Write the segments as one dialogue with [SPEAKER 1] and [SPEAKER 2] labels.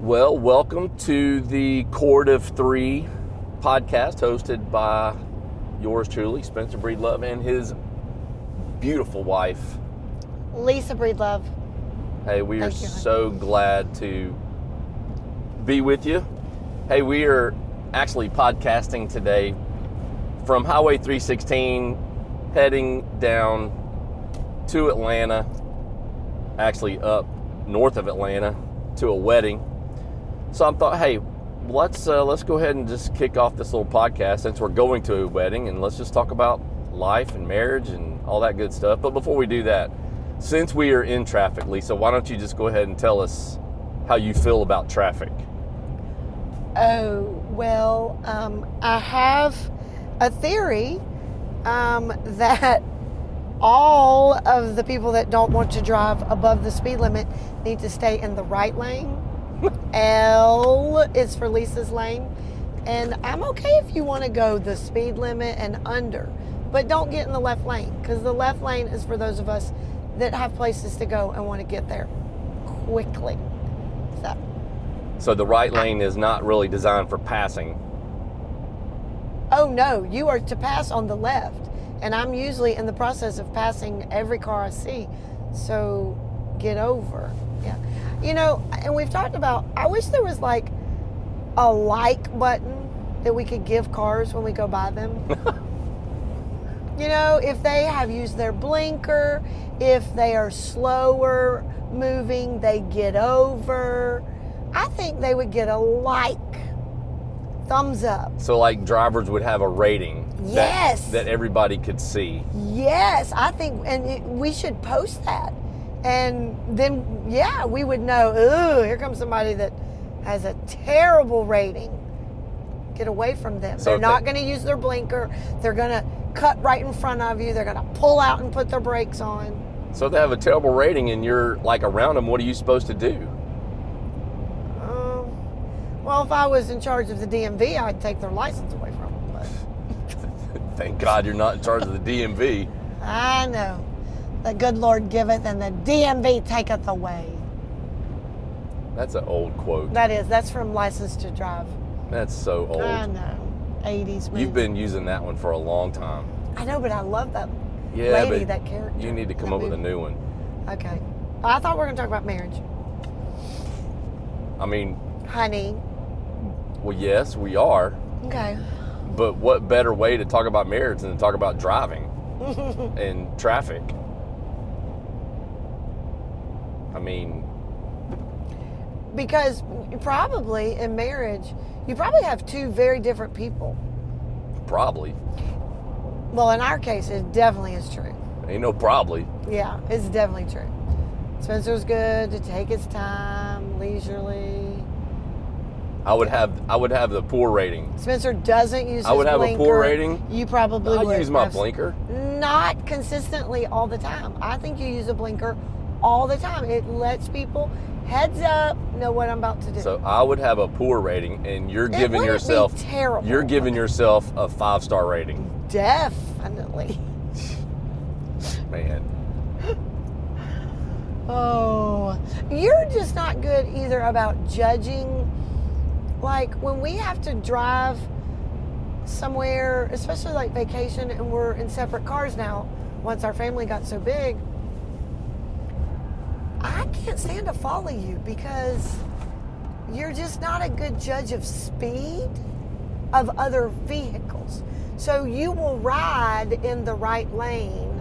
[SPEAKER 1] Well, welcome to the Court of Three podcast hosted by yours truly, Spencer Breedlove, and his beautiful wife.
[SPEAKER 2] Lisa Breedlove.
[SPEAKER 1] Hey, we are
[SPEAKER 2] Thank you.
[SPEAKER 1] so glad to be with you. Hey, we are actually podcasting today from Highway 316 heading down to Atlanta, actually up north of Atlanta to a wedding. So I thought, hey, let's uh, let's go ahead and just kick off this little podcast since we're going to a wedding, and let's just talk about life and marriage and all that good stuff. But before we do that, since we are in traffic, Lisa, why don't you just go ahead and tell us how you feel about traffic?
[SPEAKER 2] Oh, well, um, I have a theory um, that all of the people that don't want to drive above the speed limit need to stay in the right lane. L is for Lisa's lane. And I'm okay if you want to go the speed limit and under, but don't get in the left lane because the left lane is for those of us that have places to go and want to get there quickly. So,
[SPEAKER 1] So the right lane is not really designed for passing.
[SPEAKER 2] oh no, you are to pass on the left. And I'm usually in the process of passing every car I see. So get over. Yeah. You know, and we've talked about, I wish there was like a like button that we could give cars when we go buy them. you know, if they have used their blinker, if they are slower moving, they get over. I think they would get a like, thumbs up.
[SPEAKER 1] So like drivers would have a rating
[SPEAKER 2] Yes.
[SPEAKER 1] that, that everybody could see.
[SPEAKER 2] Yes, I think, and it- we should post that, and then yeah, we would know. Ooh, here comes somebody that has a terrible rating. Get away from them.
[SPEAKER 1] So
[SPEAKER 2] they're
[SPEAKER 1] if they-
[SPEAKER 2] not going to use their blinker. They're going to cut right in front of you. They're going to pull out and put their brakes on.
[SPEAKER 1] So if they have a terrible rating and you're like around them, what are you supposed to do?
[SPEAKER 2] Um, well, if I was in charge of the DMV, I'd take their license away from them. But
[SPEAKER 1] Thank God you're not in charge of the DMV.
[SPEAKER 2] I know the good Lord giveth, and the DMV taketh away.
[SPEAKER 1] That's an old quote.
[SPEAKER 2] That is. That's from License to Drive.
[SPEAKER 1] That's so
[SPEAKER 2] I
[SPEAKER 1] old.
[SPEAKER 2] know. 80s movie.
[SPEAKER 1] You've been using that one for a long time.
[SPEAKER 2] I know, but I love that
[SPEAKER 1] Yeah,
[SPEAKER 2] lady,
[SPEAKER 1] but
[SPEAKER 2] that character.
[SPEAKER 1] you need to come
[SPEAKER 2] that
[SPEAKER 1] up with a
[SPEAKER 2] movie.
[SPEAKER 1] new one.
[SPEAKER 2] Okay. I thought we were going to talk about marriage.
[SPEAKER 1] I mean,
[SPEAKER 2] Honey.
[SPEAKER 1] well, yes, we are,
[SPEAKER 2] Okay.
[SPEAKER 1] but what better way to talk about marriage than to talk about driving and traffic? I mean,
[SPEAKER 2] Because probably in marriage, you probably have two very different people.
[SPEAKER 1] probably.
[SPEAKER 2] Well, in our case, it definitely is true.
[SPEAKER 1] Ain't no probably.
[SPEAKER 2] Yeah, it's definitely true. Spencer's good to take his time, leisurely.
[SPEAKER 1] I would have I would have the poor rating.
[SPEAKER 2] Spencer doesn't use
[SPEAKER 1] I would
[SPEAKER 2] his
[SPEAKER 1] have a
[SPEAKER 2] blinker.
[SPEAKER 1] poor rating.
[SPEAKER 2] You probably
[SPEAKER 1] I
[SPEAKER 2] would.
[SPEAKER 1] use my
[SPEAKER 2] Abs-
[SPEAKER 1] blinker.
[SPEAKER 2] not consistently all the time. I think you use a blinker all the time. It lets people heads up know what I'm about to do.
[SPEAKER 1] So I would have a poor rating, and you're
[SPEAKER 2] It
[SPEAKER 1] giving
[SPEAKER 2] wouldn't be
[SPEAKER 1] yourself
[SPEAKER 2] terrible.
[SPEAKER 1] You're giving yourself a five star rating,
[SPEAKER 2] definitely.
[SPEAKER 1] man.
[SPEAKER 2] Oh, you're just not good either about judging. Like when we have to drive somewhere, especially like vacation, and we're in separate cars now, once our family got so big, I can't stand to follow you because you're just not a good judge of speed of other vehicles. So you will ride in the right lane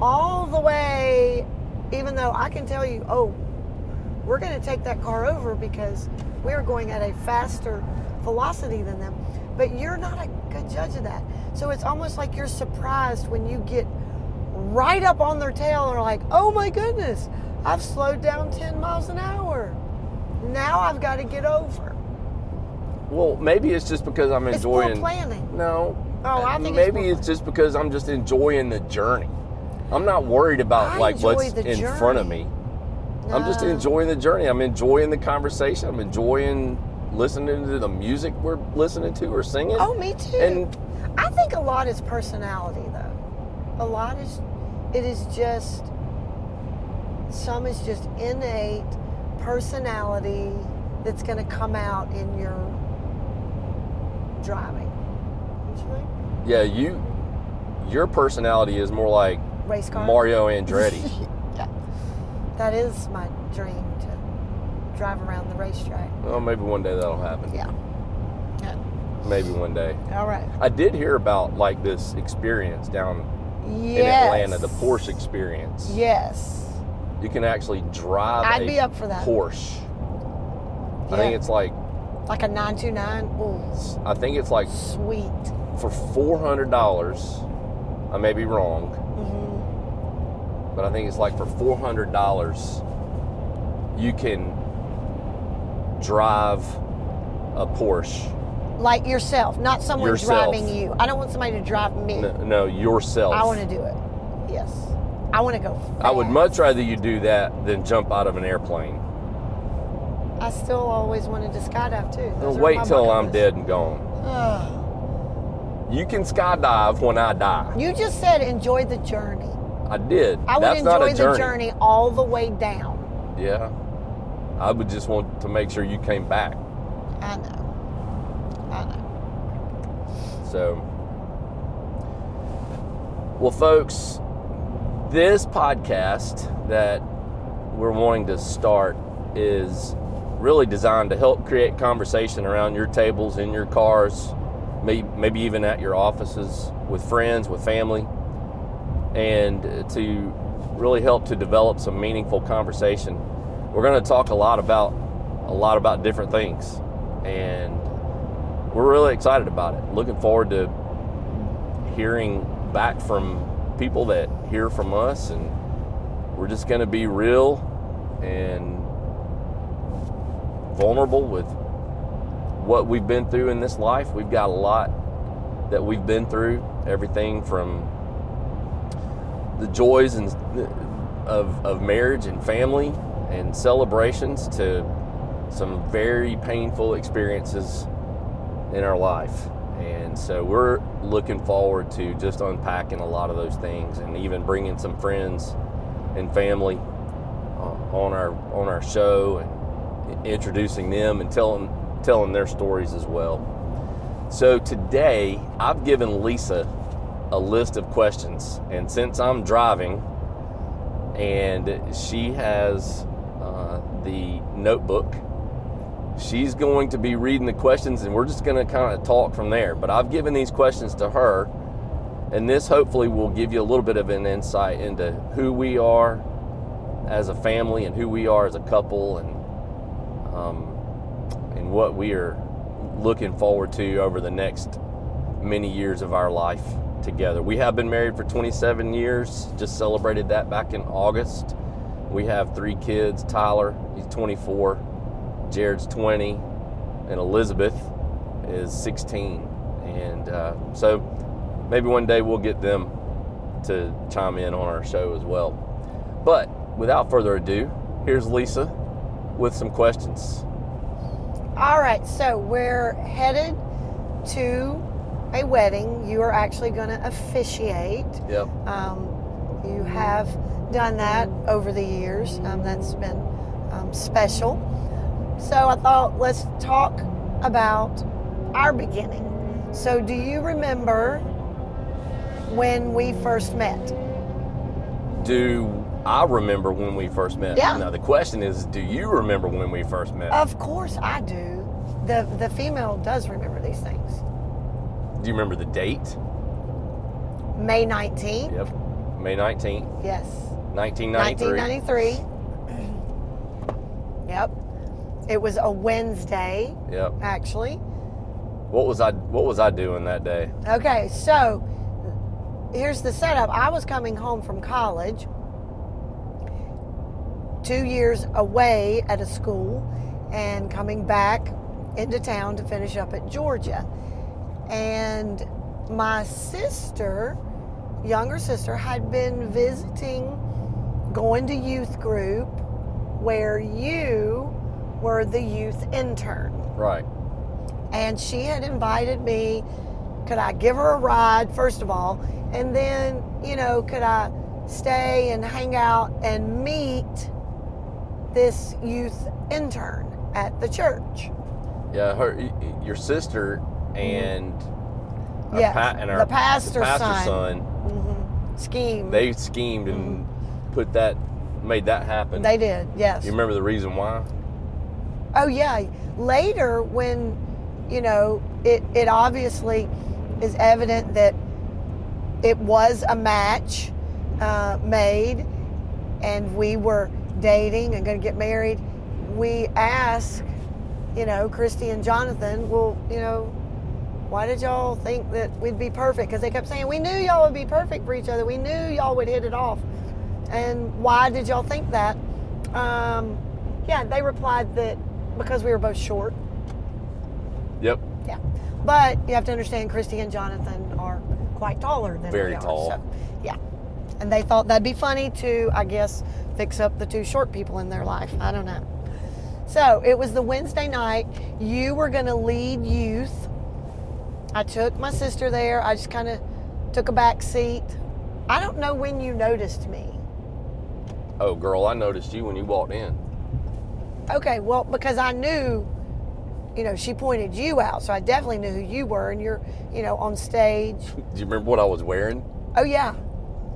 [SPEAKER 2] all the way, even though I can tell you, oh, we're going to take that car over because we're going at a faster velocity than them. But you're not a good judge of that. So it's almost like you're surprised when you get right up on their tail and are like, oh my goodness, I've slowed down 10 miles an hour. Now I've got to get over.
[SPEAKER 1] Well, maybe it's just because I'm
[SPEAKER 2] It's poor
[SPEAKER 1] enjoying.
[SPEAKER 2] planning.
[SPEAKER 1] No.
[SPEAKER 2] Oh, I think it's
[SPEAKER 1] maybe
[SPEAKER 2] poor
[SPEAKER 1] it's, just because I'm just enjoying the journey. I'm not worried about
[SPEAKER 2] I
[SPEAKER 1] like what's
[SPEAKER 2] enjoy the
[SPEAKER 1] in front of
[SPEAKER 2] journey.
[SPEAKER 1] me. I'm just
[SPEAKER 2] No.
[SPEAKER 1] enjoying the journey. I'm enjoying the conversation. I'm enjoying listening to the music we're listening to or singing.
[SPEAKER 2] Oh, me too.
[SPEAKER 1] And-
[SPEAKER 2] I think a lot is personality, though. A lot is, it is just, some is just innate personality that's going to come out in your driving. Don't you think?
[SPEAKER 1] Yeah, you your personality is more like
[SPEAKER 2] Race car.
[SPEAKER 1] Mario Andretti.
[SPEAKER 2] yeah. That is my dream to drive around the racetrack.
[SPEAKER 1] well, maybe one day that'll happen.
[SPEAKER 2] Yeah. yeah.
[SPEAKER 1] Maybe one day.
[SPEAKER 2] All right.
[SPEAKER 1] I did hear about like this experience down
[SPEAKER 2] Yes.
[SPEAKER 1] in Atlanta, the Porsche experience.
[SPEAKER 2] Yes.
[SPEAKER 1] You can actually drive
[SPEAKER 2] I'd
[SPEAKER 1] a
[SPEAKER 2] be up for that.
[SPEAKER 1] Porsche. I
[SPEAKER 2] Yeah.
[SPEAKER 1] think it's like
[SPEAKER 2] like a 929. Oh,
[SPEAKER 1] I think it's like
[SPEAKER 2] sweet.
[SPEAKER 1] for four hundred dollars. I may be wrong,
[SPEAKER 2] hmm
[SPEAKER 1] but I think it's like for four hundred dollars, you can drive a Porsche.
[SPEAKER 2] Like yourself, not someone
[SPEAKER 1] Yourself.
[SPEAKER 2] driving you. I don't want somebody to drive me.
[SPEAKER 1] No, no yourself.
[SPEAKER 2] I want to do it. Yes. I want to go.
[SPEAKER 1] I would
[SPEAKER 2] fast.
[SPEAKER 1] much rather you do that than jump out of an airplane.
[SPEAKER 2] I still always wanted to skydive too. Those are on
[SPEAKER 1] wait
[SPEAKER 2] my
[SPEAKER 1] till
[SPEAKER 2] bucket
[SPEAKER 1] I'm
[SPEAKER 2] list.
[SPEAKER 1] dead and gone.
[SPEAKER 2] Ugh.
[SPEAKER 1] You can skydive when I die.
[SPEAKER 2] you just said enjoy the journey.
[SPEAKER 1] I did.
[SPEAKER 2] I would
[SPEAKER 1] That's not
[SPEAKER 2] enjoy
[SPEAKER 1] a journey.
[SPEAKER 2] the journey all the way down.
[SPEAKER 1] Yeah. I would just want to make sure you came back.
[SPEAKER 2] I know. I know.
[SPEAKER 1] So, well, folks, this podcast that we're wanting to start is really designed to help create conversation around your tables, in your cars, may- maybe even at your offices with friends, with family, and to really help to develop some meaningful conversation. We're going to talk a lot about a lot about different things and we're really excited about it. Looking forward to hearing back from people that hear from us, and we're just going to be real and vulnerable with what we've been through in this life. We've got a lot that we've been through, everything from the joys and of, of marriage and family and celebrations to some very painful experiences in our life. And so we're looking forward to just unpacking a lot of those things and even bringing some friends and family uh, on our on our show and introducing them and telling telling their stories as well. So today I've given Lisa a list of questions and since I'm driving and she has uh, the notebook she's going to be reading the questions and we're just going to kind of talk from there but i've given these questions to her and this hopefully will give you a little bit of an insight into who we are as a family and who we are as a couple and um, and what we are looking forward to over the next many years of our life together we have been married for 27 years just celebrated that back in august we have three kids tyler he's 24 Jared's 20, and Elizabeth is 16. And uh, so maybe one day we'll get them to chime in on our show as well. But without further ado, here's Lisa with some questions.
[SPEAKER 2] All right, so we're headed to a wedding. You are actually going to officiate.
[SPEAKER 1] Yep.
[SPEAKER 2] Um, you have done that over the years. Um, that's been um, special. So I thought let's talk about our beginning. So, do you remember when we first met?
[SPEAKER 1] Do I remember when we first met?
[SPEAKER 2] Yeah. Uh,
[SPEAKER 1] Now the question is, do you remember when we first met?
[SPEAKER 2] Of course, I do. The, the female does remember these things.
[SPEAKER 1] do you remember the date?
[SPEAKER 2] May 19th?
[SPEAKER 1] Yep. May 19th,
[SPEAKER 2] Yes.
[SPEAKER 1] 1993.
[SPEAKER 2] 1993. yep. It was a Wednesday,
[SPEAKER 1] Yep.
[SPEAKER 2] actually.
[SPEAKER 1] What was I what was I doing that day?
[SPEAKER 2] Okay, so here's the setup. I was coming home from college, two years away at a school, and coming back into town to finish up at Georgia. And my sister, younger sister, had been visiting, going to youth group where you were the youth intern
[SPEAKER 1] Right.
[SPEAKER 2] and she had invited me. Could I give her a ride, first of all? And then, you know, could I stay and hang out and meet this youth intern? at the church.
[SPEAKER 1] Yeah, her, y- y- your sister and our
[SPEAKER 2] Yes,
[SPEAKER 1] pa- and our
[SPEAKER 2] the pastor's
[SPEAKER 1] pastor's
[SPEAKER 2] son.
[SPEAKER 1] son,
[SPEAKER 2] hmm Scheme.
[SPEAKER 1] they schemed and put that, made that happen.
[SPEAKER 2] Mm-hmm. They did, yes.
[SPEAKER 1] you remember the reason why?
[SPEAKER 2] Oh yeah. Later, when you know it, it obviously is evident that it was a match uh, made, and we were dating and going to get married. We asked, you know, Christy and Jonathan, well, you know, why did y'all think that we'd be perfect? Because they kept saying we knew y'all would be perfect for each other. We knew y'all would hit it off. And why did y'all think that? Um, yeah, they replied that because we were both short.
[SPEAKER 1] Yep.
[SPEAKER 2] Yeah. But you have to understand, Christy and Jonathan are quite taller than
[SPEAKER 1] Very
[SPEAKER 2] we are,
[SPEAKER 1] tall.
[SPEAKER 2] so, yeah. And they thought that'd be funny to, I guess, fix up the two short people in their life. I don't know. So it was the Wednesday night. You were going to lead youth. I took my sister there. I just kind of took a back seat. I don't know when you noticed me.
[SPEAKER 1] Oh, girl, I noticed you when you walked in.
[SPEAKER 2] Okay, well, because I knew, you know, she pointed you out, so I definitely knew who you were, and you're, you know, on stage.
[SPEAKER 1] Do you remember what I was wearing?
[SPEAKER 2] Oh yeah,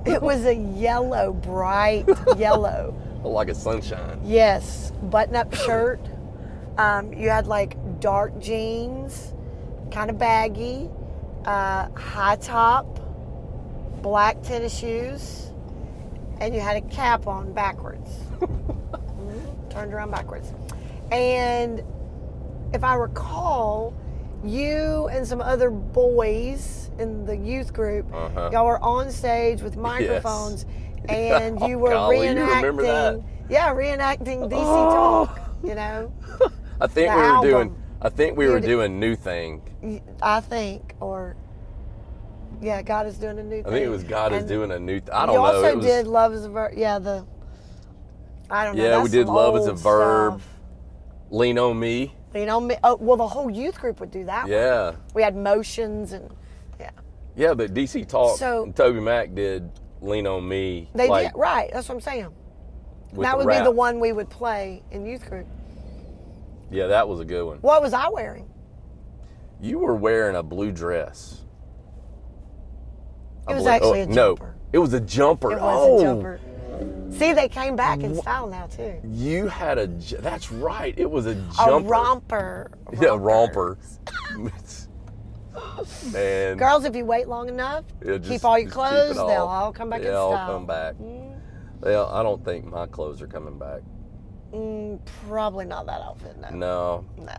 [SPEAKER 2] it was a yellow, bright yellow.
[SPEAKER 1] Like a sunshine.
[SPEAKER 2] Yes, button-up shirt. Um, you had like dark jeans, kind of baggy, uh, high top, black tennis shoes, and you had a cap on backwards, Mhm, turned around backwards. And if I recall, you and some other boys in the youth group,
[SPEAKER 1] Uh-huh.
[SPEAKER 2] y'all were on stage with microphones, and you were
[SPEAKER 1] Golly, you remember that.
[SPEAKER 2] reenacting. Yeah, reenacting DC
[SPEAKER 1] Oh.
[SPEAKER 2] Talk. You know,
[SPEAKER 1] I think
[SPEAKER 2] The
[SPEAKER 1] we were
[SPEAKER 2] album.
[SPEAKER 1] doing. I think we
[SPEAKER 2] You
[SPEAKER 1] were
[SPEAKER 2] d-
[SPEAKER 1] doing new thing.
[SPEAKER 2] Y- I think, or yeah, God is doing a new.
[SPEAKER 1] I think it was God is
[SPEAKER 2] And
[SPEAKER 1] doing a new. Th- I don't
[SPEAKER 2] you
[SPEAKER 1] know.
[SPEAKER 2] also
[SPEAKER 1] it was,
[SPEAKER 2] did love is a verb. Yeah, the. I don't know.
[SPEAKER 1] Yeah, we
[SPEAKER 2] that's
[SPEAKER 1] did
[SPEAKER 2] some
[SPEAKER 1] love is a
[SPEAKER 2] old
[SPEAKER 1] verb.
[SPEAKER 2] stuff.
[SPEAKER 1] Lean on me.
[SPEAKER 2] You know, me- oh, well, the whole youth group would do that. one.
[SPEAKER 1] Yeah,
[SPEAKER 2] We had motions and yeah,
[SPEAKER 1] yeah. But DC Talk.
[SPEAKER 2] So-
[SPEAKER 1] and Toby Mac did Lean on me.
[SPEAKER 2] they
[SPEAKER 1] like,
[SPEAKER 2] did right. That's what I'm saying.
[SPEAKER 1] with
[SPEAKER 2] That
[SPEAKER 1] the
[SPEAKER 2] would be
[SPEAKER 1] rap.
[SPEAKER 2] the one we would play in youth group.
[SPEAKER 1] Yeah, that was a good one.
[SPEAKER 2] What was I wearing?
[SPEAKER 1] You were wearing a blue dress. I
[SPEAKER 2] It was
[SPEAKER 1] believe-
[SPEAKER 2] actually
[SPEAKER 1] oh,
[SPEAKER 2] a
[SPEAKER 1] no,
[SPEAKER 2] jumper.
[SPEAKER 1] it was a jumper.
[SPEAKER 2] It was
[SPEAKER 1] oh,
[SPEAKER 2] a jumper. See, they came back in style now too.
[SPEAKER 1] you had a. ju- That's right. It was a
[SPEAKER 2] A
[SPEAKER 1] jumper.
[SPEAKER 2] romper.
[SPEAKER 1] Yeah, romper. Man.
[SPEAKER 2] Girls, if you wait long enough,
[SPEAKER 1] Yeah,
[SPEAKER 2] keep
[SPEAKER 1] just-
[SPEAKER 2] all your
[SPEAKER 1] just keep it
[SPEAKER 2] clothes.
[SPEAKER 1] all.
[SPEAKER 2] They'll all come back Mm,
[SPEAKER 1] They
[SPEAKER 2] in
[SPEAKER 1] all
[SPEAKER 2] style.
[SPEAKER 1] come back. Well, I don't think my clothes are coming back.
[SPEAKER 2] Mm, probably not that outfit. No, no.
[SPEAKER 1] No.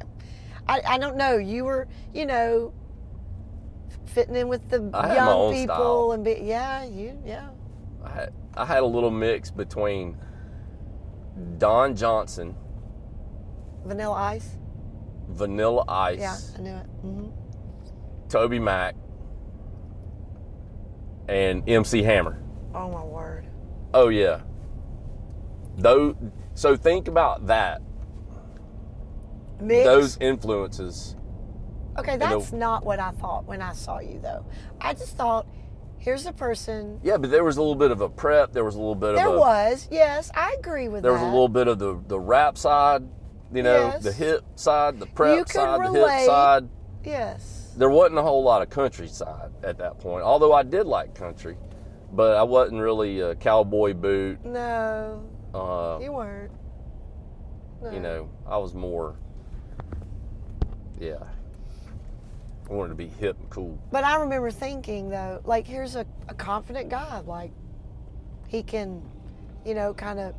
[SPEAKER 2] I, I don't know. You were, you know, f- fitting in with the
[SPEAKER 1] I had my
[SPEAKER 2] young
[SPEAKER 1] own
[SPEAKER 2] people
[SPEAKER 1] style.
[SPEAKER 2] and be, yeah, you, yeah.
[SPEAKER 1] I had, I had a little mix between Don Johnson,
[SPEAKER 2] Vanilla Ice.
[SPEAKER 1] Vanilla Ice,
[SPEAKER 2] Yeah, I knew it. hmm
[SPEAKER 1] Toby Mac, and MC Hammer.
[SPEAKER 2] Oh my word.
[SPEAKER 1] Oh yeah. Though so think about that.
[SPEAKER 2] Mix.
[SPEAKER 1] Those influences.
[SPEAKER 2] okay,
[SPEAKER 1] the-
[SPEAKER 2] that's not what I thought when I saw you though. I just thought, here's a person.
[SPEAKER 1] Yeah, but there was a little bit of a prep, there was a little bit
[SPEAKER 2] There
[SPEAKER 1] of a
[SPEAKER 2] was, yes, I agree with
[SPEAKER 1] there
[SPEAKER 2] that.
[SPEAKER 1] was a little bit of the the rap side, you know,
[SPEAKER 2] Yes.
[SPEAKER 1] the hip side, the prep
[SPEAKER 2] You could
[SPEAKER 1] side, the hip
[SPEAKER 2] relate.
[SPEAKER 1] side.
[SPEAKER 2] Yes.
[SPEAKER 1] There wasn't a whole lot of countryside at that point, although I did like country, but I wasn't really a cowboy boot.
[SPEAKER 2] No,
[SPEAKER 1] Uh,
[SPEAKER 2] you weren't. No.
[SPEAKER 1] You know, I was more, yeah. I wanted to be hip and cool.
[SPEAKER 2] But I remember thinking though, like here's a, a confident guy, like he can, you know, kind of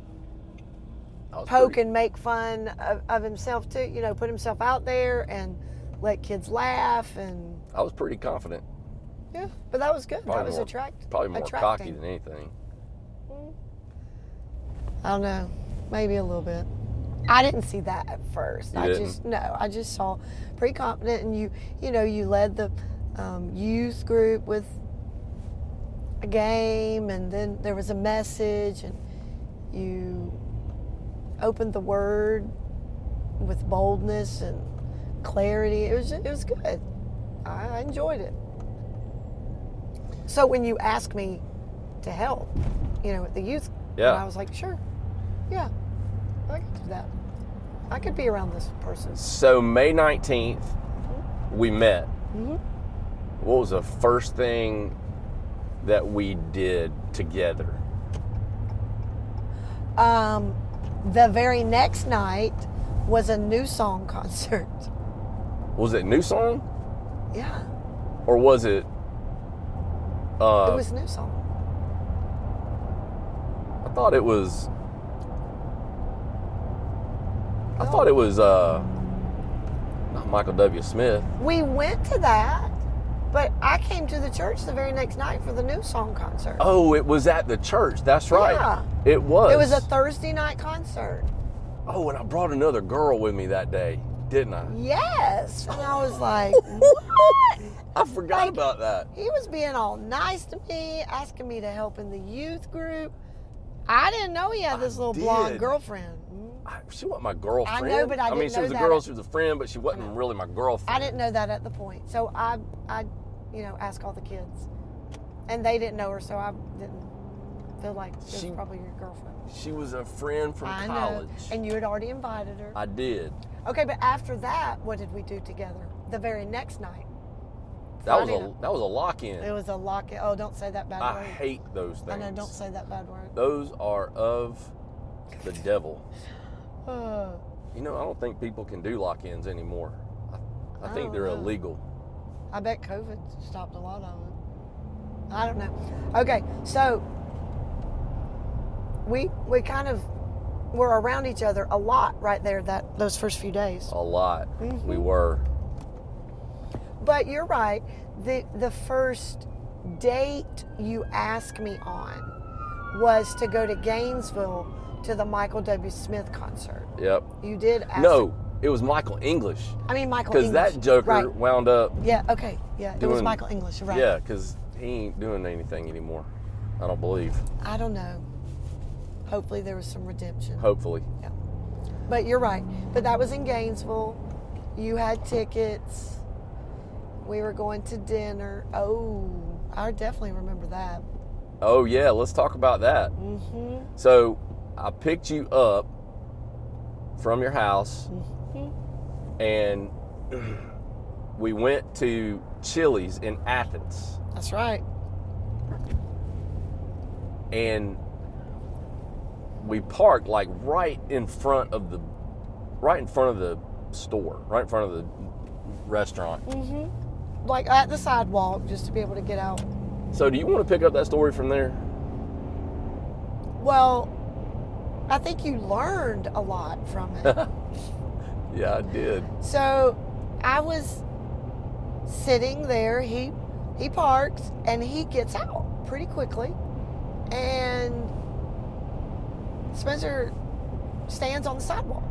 [SPEAKER 1] I was
[SPEAKER 2] poke
[SPEAKER 1] pretty-
[SPEAKER 2] and make fun of, of himself too, you know, put himself out there and let kids laugh and
[SPEAKER 1] I was pretty confident,
[SPEAKER 2] yeah. But that was good.
[SPEAKER 1] Probably
[SPEAKER 2] that was
[SPEAKER 1] more-
[SPEAKER 2] attractive.
[SPEAKER 1] probably more cocky
[SPEAKER 2] attracting.
[SPEAKER 1] than anything.
[SPEAKER 2] I don't know, maybe a little bit. I didn't see that at first.
[SPEAKER 1] You
[SPEAKER 2] I
[SPEAKER 1] didn't?
[SPEAKER 2] just no, I just saw pretty confident, and you, you know, you led the um, youth group with a game, and then there was a message, and you opened the word with boldness and clarity. It was it was good. I I enjoyed it. So when you asked me to help, you know, at the youth, and
[SPEAKER 1] Yeah.
[SPEAKER 2] I was like, sure, yeah, I can do that. I could be around this person.
[SPEAKER 1] So May 19th, we met.
[SPEAKER 2] Mhm.
[SPEAKER 1] What was the first thing that we did together?
[SPEAKER 2] Um, the very next night was a new song concert.
[SPEAKER 1] Was it new song
[SPEAKER 2] Yeah,
[SPEAKER 1] or was it? Uh,
[SPEAKER 2] it was new song.
[SPEAKER 1] I thought it was. I
[SPEAKER 2] No.
[SPEAKER 1] thought it was uh, not Michael W. Smith.
[SPEAKER 2] We went to that, but I came to the church the very next night for the new song concert.
[SPEAKER 1] Oh, it was at the church. That's right.
[SPEAKER 2] Yeah.
[SPEAKER 1] It was.
[SPEAKER 2] It was a Thursday night concert.
[SPEAKER 1] oh, and I brought another girl with me that day, didn't I?
[SPEAKER 2] Yes, and I was like,
[SPEAKER 1] I forgot about that.
[SPEAKER 2] he was being all nice to me, asking me to help in the youth group. I didn't know he had this little blonde
[SPEAKER 1] did.
[SPEAKER 2] girlfriend.
[SPEAKER 1] I, she wasn't my girlfriend.
[SPEAKER 2] but I
[SPEAKER 1] mean,
[SPEAKER 2] didn't
[SPEAKER 1] she
[SPEAKER 2] know
[SPEAKER 1] was a
[SPEAKER 2] that
[SPEAKER 1] girl.
[SPEAKER 2] at-
[SPEAKER 1] She was a friend, but she wasn't really my
[SPEAKER 2] I
[SPEAKER 1] girlfriend.
[SPEAKER 2] didn't know that at the point, so I, I, you know, asked all the kids, and they didn't know her, so I didn't feel like it was
[SPEAKER 1] She-
[SPEAKER 2] probably your girlfriend.
[SPEAKER 1] She was a friend from
[SPEAKER 2] I
[SPEAKER 1] college.
[SPEAKER 2] know, and you had already invited her.
[SPEAKER 1] I did.
[SPEAKER 2] okay, but after that, what did we do together? The very next night,
[SPEAKER 1] That was
[SPEAKER 2] Friday
[SPEAKER 1] a that was a lock in.
[SPEAKER 2] it was a locket. Oh, don't say that bad
[SPEAKER 1] I
[SPEAKER 2] word.
[SPEAKER 1] hate those things.
[SPEAKER 2] I know, don't say that bad word.
[SPEAKER 1] Those are of the devil.
[SPEAKER 2] Uh,
[SPEAKER 1] You know, I don't think people can do lock-ins anymore. I, I
[SPEAKER 2] I
[SPEAKER 1] think
[SPEAKER 2] don't
[SPEAKER 1] they're
[SPEAKER 2] know.
[SPEAKER 1] illegal.
[SPEAKER 2] I bet COVID stopped a lot of it. I don't know. Okay, so we we kind of were around each other a lot right there that those first few days.
[SPEAKER 1] A lot.
[SPEAKER 2] Mhm.
[SPEAKER 1] We were.
[SPEAKER 2] But you're right. The the first date you asked me on was to go to Gainesville to the Michael W. Smith concert.
[SPEAKER 1] Yep.
[SPEAKER 2] You did ask
[SPEAKER 1] No, it was Michael English
[SPEAKER 2] I mean Michael
[SPEAKER 1] because that
[SPEAKER 2] English,
[SPEAKER 1] Joker
[SPEAKER 2] right.
[SPEAKER 1] wound up.
[SPEAKER 2] Yeah, okay. Yeah, it was
[SPEAKER 1] doing-
[SPEAKER 2] Michael English, right.
[SPEAKER 1] Yeah, because he ain't doing anything anymore. I don't believe.
[SPEAKER 2] I don't know. Hopefully there was some redemption.
[SPEAKER 1] Hopefully.
[SPEAKER 2] But you're right. But that was in Gainesville. You had tickets. We were going to dinner. Oh, I definitely remember that.
[SPEAKER 1] Oh yeah, let's talk about that.
[SPEAKER 2] Mm-hmm.
[SPEAKER 1] So I picked you up from your house
[SPEAKER 2] Mm-hmm.
[SPEAKER 1] and we went to Chili's in Athens.
[SPEAKER 2] That's right.
[SPEAKER 1] and we parked like right in front of the right in front of the store right in front of the restaurant
[SPEAKER 2] Mm-hmm. Like at the sidewalk, just to be able to get out.
[SPEAKER 1] so do you want to pick up that story from there
[SPEAKER 2] Well, I think you learned a lot from it.
[SPEAKER 1] yeah i did
[SPEAKER 2] So I was sitting there. He he parks and he gets out pretty quickly. And Spencer stands on the sidewalk.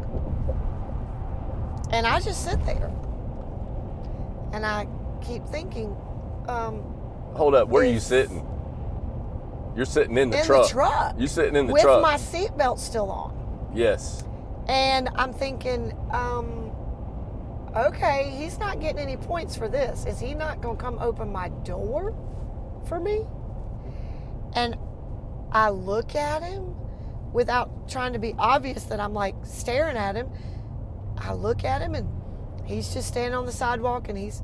[SPEAKER 2] And I just sit there. And I keep thinking, um,
[SPEAKER 1] hold up where are you
[SPEAKER 2] It's-
[SPEAKER 1] sitting you're sitting in the
[SPEAKER 2] in
[SPEAKER 1] truck
[SPEAKER 2] the truck
[SPEAKER 1] you sitting in the
[SPEAKER 2] with
[SPEAKER 1] truck
[SPEAKER 2] my seatbelt still on.
[SPEAKER 1] yes
[SPEAKER 2] And I'm thinking, um, okay, he's not getting any points for this. Is he not going to come open my door for me? And I look at him without trying to be obvious that I'm like staring at him. I look at him and he's just standing on the sidewalk and he's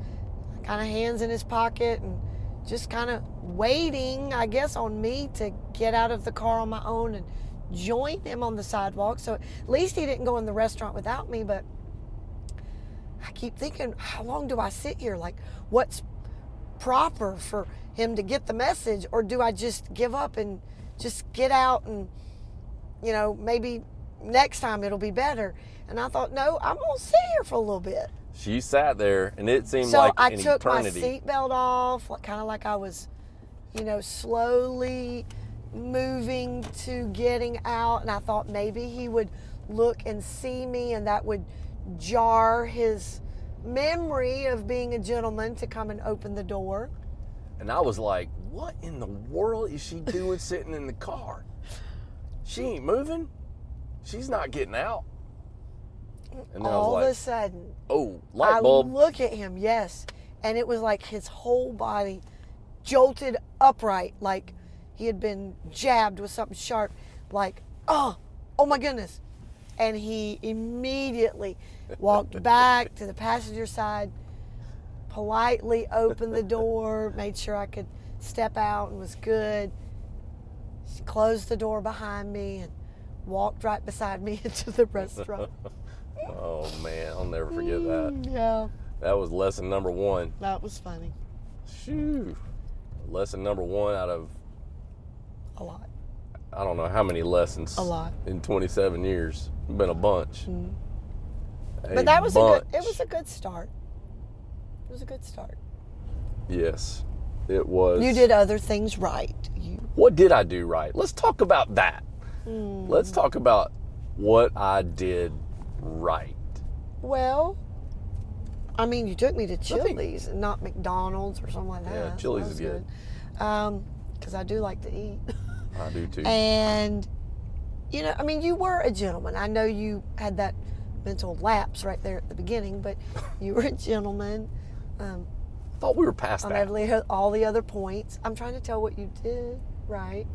[SPEAKER 2] kind of hands in his pocket and just kind of waiting, I guess, on me to get out of the car on my own and join him on the sidewalk. So at least he didn't go in the restaurant without me. But I keep thinking, how long do I sit here? Like, what's proper for him to get the message? Or do I just give up and just get out and, you know, maybe next time it'll be better? And I thought, no, I'm going to sit here for a little bit
[SPEAKER 1] she sat there and it seemed
[SPEAKER 2] so
[SPEAKER 1] like
[SPEAKER 2] I
[SPEAKER 1] an
[SPEAKER 2] took
[SPEAKER 1] eternity
[SPEAKER 2] my seatbelt off, kind of like I was, you know, slowly moving to getting out, and I thought maybe he would look and see me, and that would jar his memory of being a gentleman to come and open the door.
[SPEAKER 1] and i was like what in the world is she doing sitting in the car she ain't moving she's not getting out and then
[SPEAKER 2] All of a sudden,
[SPEAKER 1] Oh, light
[SPEAKER 2] I
[SPEAKER 1] bulb.
[SPEAKER 2] look at him, yes, and it was like his whole body jolted upright, like he had been jabbed with something sharp. Like, oh, oh my goodness! and he immediately walked back to the passenger side, politely opened the door, made sure I could step out and was good. She closed the door behind me and walked right beside me into the restaurant.
[SPEAKER 1] Oh man, I'll never forget
[SPEAKER 2] Mm.
[SPEAKER 1] that.
[SPEAKER 2] yeah,
[SPEAKER 1] That was lesson number one.
[SPEAKER 2] that was funny.
[SPEAKER 1] Shoo. Lesson number one out of
[SPEAKER 2] A lot.
[SPEAKER 1] I don't know how many lessons.
[SPEAKER 2] A lot. Mm.
[SPEAKER 1] In 27 years, been a bunch.
[SPEAKER 2] But that was a good. It was a good start. It was a good start.
[SPEAKER 1] Yes, it was.
[SPEAKER 2] You did other things right. You
[SPEAKER 1] What did I do right? Let's talk about that.
[SPEAKER 2] Mm.
[SPEAKER 1] Let's talk about what I did right.
[SPEAKER 2] well. I mean, you took me to
[SPEAKER 1] Nothing.
[SPEAKER 2] Chili's and not McDonald's or something like that.
[SPEAKER 1] Yeah,
[SPEAKER 2] so
[SPEAKER 1] Chili's is
[SPEAKER 2] that was
[SPEAKER 1] good.
[SPEAKER 2] Um, because I do like to eat.
[SPEAKER 1] I do too.
[SPEAKER 2] And you know, I mean, you were a gentleman. I know you had that mental lapse right there at the beginning, but you were a gentleman um,
[SPEAKER 1] Thought we were past
[SPEAKER 2] on
[SPEAKER 1] that.
[SPEAKER 2] every, all the other points. I'm trying to tell what you did right.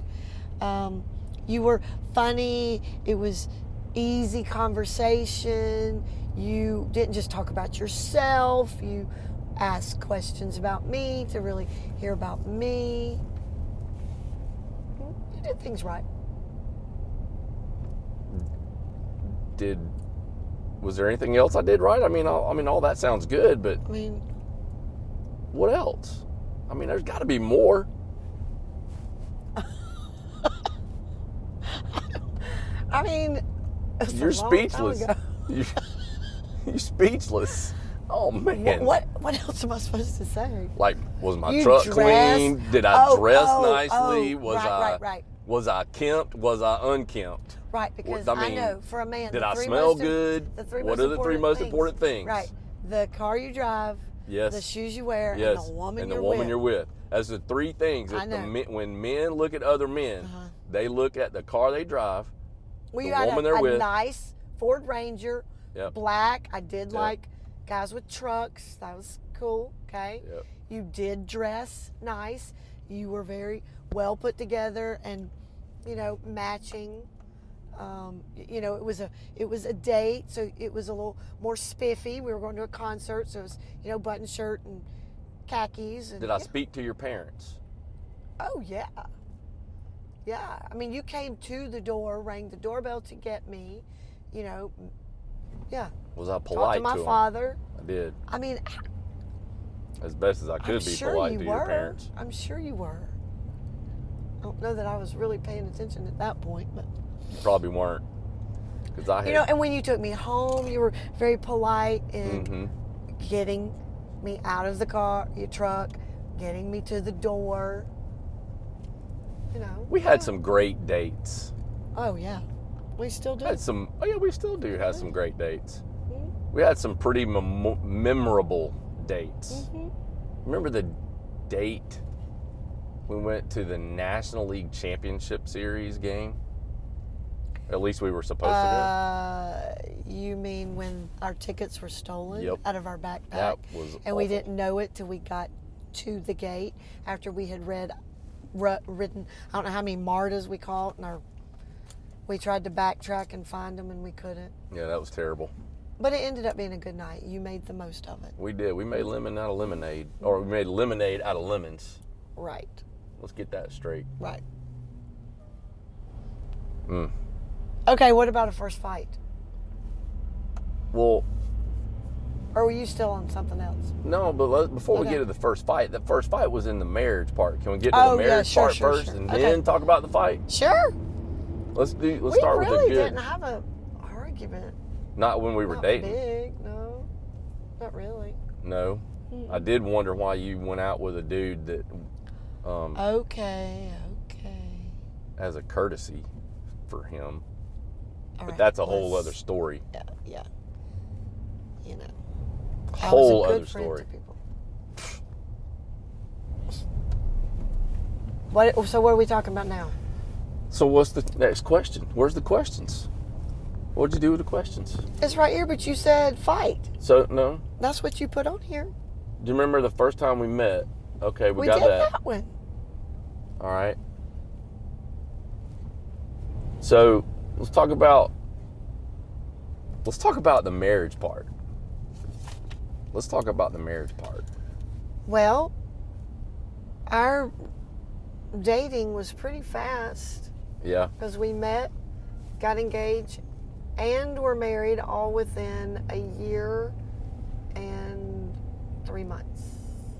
[SPEAKER 2] Um, you were funny. It was easy conversation. You didn't just talk about yourself. You asked questions about me to really hear about me. You did things right.
[SPEAKER 1] Did was there anything else I did right? I mean, all, I mean, all that sounds good, but
[SPEAKER 2] I mean,
[SPEAKER 1] what else? I mean, there's got to be more.
[SPEAKER 2] I mean, it's a
[SPEAKER 1] You're
[SPEAKER 2] long time
[SPEAKER 1] speechless.
[SPEAKER 2] ago.
[SPEAKER 1] You, you're speechless. Oh man.
[SPEAKER 2] What what else am I supposed to say?
[SPEAKER 1] Like, was my
[SPEAKER 2] You
[SPEAKER 1] truck
[SPEAKER 2] dress-
[SPEAKER 1] clean? Did I
[SPEAKER 2] oh,
[SPEAKER 1] dress
[SPEAKER 2] oh,
[SPEAKER 1] nicely?
[SPEAKER 2] oh,
[SPEAKER 1] was
[SPEAKER 2] right,
[SPEAKER 1] I
[SPEAKER 2] right, right.
[SPEAKER 1] was I kempt? Was I unkempt?
[SPEAKER 2] Right, because
[SPEAKER 1] I
[SPEAKER 2] I,
[SPEAKER 1] mean,
[SPEAKER 2] know for a man,
[SPEAKER 1] did
[SPEAKER 2] the
[SPEAKER 1] I
[SPEAKER 2] three
[SPEAKER 1] smell
[SPEAKER 2] most im-
[SPEAKER 1] good?
[SPEAKER 2] The three
[SPEAKER 1] What
[SPEAKER 2] most
[SPEAKER 1] are the three most important things?
[SPEAKER 2] Right, the car you drive,
[SPEAKER 1] Yes.
[SPEAKER 2] the shoes you wear,
[SPEAKER 1] yes.
[SPEAKER 2] and the woman,
[SPEAKER 1] and the
[SPEAKER 2] you're,
[SPEAKER 1] woman
[SPEAKER 2] with.
[SPEAKER 1] you're with. That's the three things.
[SPEAKER 2] I
[SPEAKER 1] If the
[SPEAKER 2] know. Uh-huh.
[SPEAKER 1] men, when men look at other men, they look at the car they drive.
[SPEAKER 2] Well,
[SPEAKER 1] the
[SPEAKER 2] you had
[SPEAKER 1] woman
[SPEAKER 2] a,
[SPEAKER 1] they're
[SPEAKER 2] a
[SPEAKER 1] with.
[SPEAKER 2] nice Ford Ranger,
[SPEAKER 1] Yep.
[SPEAKER 2] black. I
[SPEAKER 1] Yep.
[SPEAKER 2] did like guys with trucks. That was cool. Okay.
[SPEAKER 1] Yep.
[SPEAKER 2] You did dress nice. You were very well put together and, you know, matching. Um, y- you know, it was a it was a date, so it was a little more spiffy. We were going to a concert, so it was you know button shirt and khakis. And,
[SPEAKER 1] Did I speak to your parents?
[SPEAKER 2] Oh yeah. Yeah. I mean, you came to the door, rang the doorbell to get me. You know, yeah.
[SPEAKER 1] Was I
[SPEAKER 2] Talked
[SPEAKER 1] polite
[SPEAKER 2] to my
[SPEAKER 1] 'em?
[SPEAKER 2] father.
[SPEAKER 1] I did
[SPEAKER 2] I mean, I-
[SPEAKER 1] as best as I could
[SPEAKER 2] I'm
[SPEAKER 1] be
[SPEAKER 2] sure
[SPEAKER 1] polite
[SPEAKER 2] you
[SPEAKER 1] to your
[SPEAKER 2] were.
[SPEAKER 1] parents.
[SPEAKER 2] I'm sure you were. I don't know that I was really paying attention at that point, but
[SPEAKER 1] You probably weren't because I had.
[SPEAKER 2] you know. And when you took me home, you were very polite in
[SPEAKER 1] Mm-hmm.
[SPEAKER 2] getting me out of the car, your truck, getting me to the door. You know.
[SPEAKER 1] we had some great dates.
[SPEAKER 2] Oh yeah, we still do.
[SPEAKER 1] had some. Oh yeah, we still do have some great dates.
[SPEAKER 2] Mm-hmm.
[SPEAKER 1] We had some pretty mem- memorable dates.
[SPEAKER 2] Mm-hmm.
[SPEAKER 1] Remember the date we went to the National League Championship Series game? At least we were supposed to
[SPEAKER 2] Uh, you mean when our tickets were stolen
[SPEAKER 1] Yep.
[SPEAKER 2] out of our backpack?
[SPEAKER 1] was
[SPEAKER 2] and we
[SPEAKER 1] awful.
[SPEAKER 2] didn't know it till we got to the gate after we had read, ru- written. I don't know how many martas we caught, and our we tried to backtrack and find them, and we couldn't.
[SPEAKER 1] go. Yeah, that was terrible.
[SPEAKER 2] But it ended up being a good night. You made the most of it,
[SPEAKER 1] We did. We made lemon out of lemonade, or we made lemonade out of lemons.
[SPEAKER 2] right?
[SPEAKER 1] Let's get that straight.
[SPEAKER 2] Right.
[SPEAKER 1] Hmm.
[SPEAKER 2] Okay. What about a first fight?
[SPEAKER 1] Well,
[SPEAKER 2] Or were you still on something else?
[SPEAKER 1] no, but let, before we
[SPEAKER 2] Okay.
[SPEAKER 1] get to the first fight, the first fight was in the marriage part. Can we get to
[SPEAKER 2] Oh,
[SPEAKER 1] the
[SPEAKER 2] yeah,
[SPEAKER 1] marriage
[SPEAKER 2] sure,
[SPEAKER 1] part
[SPEAKER 2] sure,
[SPEAKER 1] first,
[SPEAKER 2] sure.
[SPEAKER 1] and
[SPEAKER 2] Okay.
[SPEAKER 1] then talk about the fight?
[SPEAKER 2] Sure.
[SPEAKER 1] Let's do. Let's
[SPEAKER 2] we
[SPEAKER 1] start with
[SPEAKER 2] really
[SPEAKER 1] the good.
[SPEAKER 2] didn't have a argument.
[SPEAKER 1] Not when we were
[SPEAKER 2] Not
[SPEAKER 1] dating.
[SPEAKER 2] Big, no, not really.
[SPEAKER 1] No.
[SPEAKER 2] Hmm.
[SPEAKER 1] I did wonder why you went out with a dude that, um,
[SPEAKER 2] Okay, okay.
[SPEAKER 1] as a courtesy for him.
[SPEAKER 2] All
[SPEAKER 1] But
[SPEAKER 2] right,
[SPEAKER 1] that's a whole
[SPEAKER 2] let's-
[SPEAKER 1] other story.
[SPEAKER 2] Yeah, yeah. You know, I was a
[SPEAKER 1] Whole
[SPEAKER 2] good
[SPEAKER 1] other
[SPEAKER 2] friend
[SPEAKER 1] story.
[SPEAKER 2] to people. What? So what are we talking about now?
[SPEAKER 1] So what's the next question? Where's the questions? What'd you do with the questions?
[SPEAKER 2] It's right here, but you said fight.
[SPEAKER 1] So no.
[SPEAKER 2] That's what you put on here.
[SPEAKER 1] Do you remember the first time we met? Okay, we,
[SPEAKER 2] We,
[SPEAKER 1] got
[SPEAKER 2] did
[SPEAKER 1] that.
[SPEAKER 2] that one.
[SPEAKER 1] All right. So let's talk about Let's talk about the marriage part. Let's talk about the marriage part.
[SPEAKER 2] Well, our dating was pretty fast
[SPEAKER 1] Yeah.
[SPEAKER 2] because we met, got engaged, and were married all within a year and three months.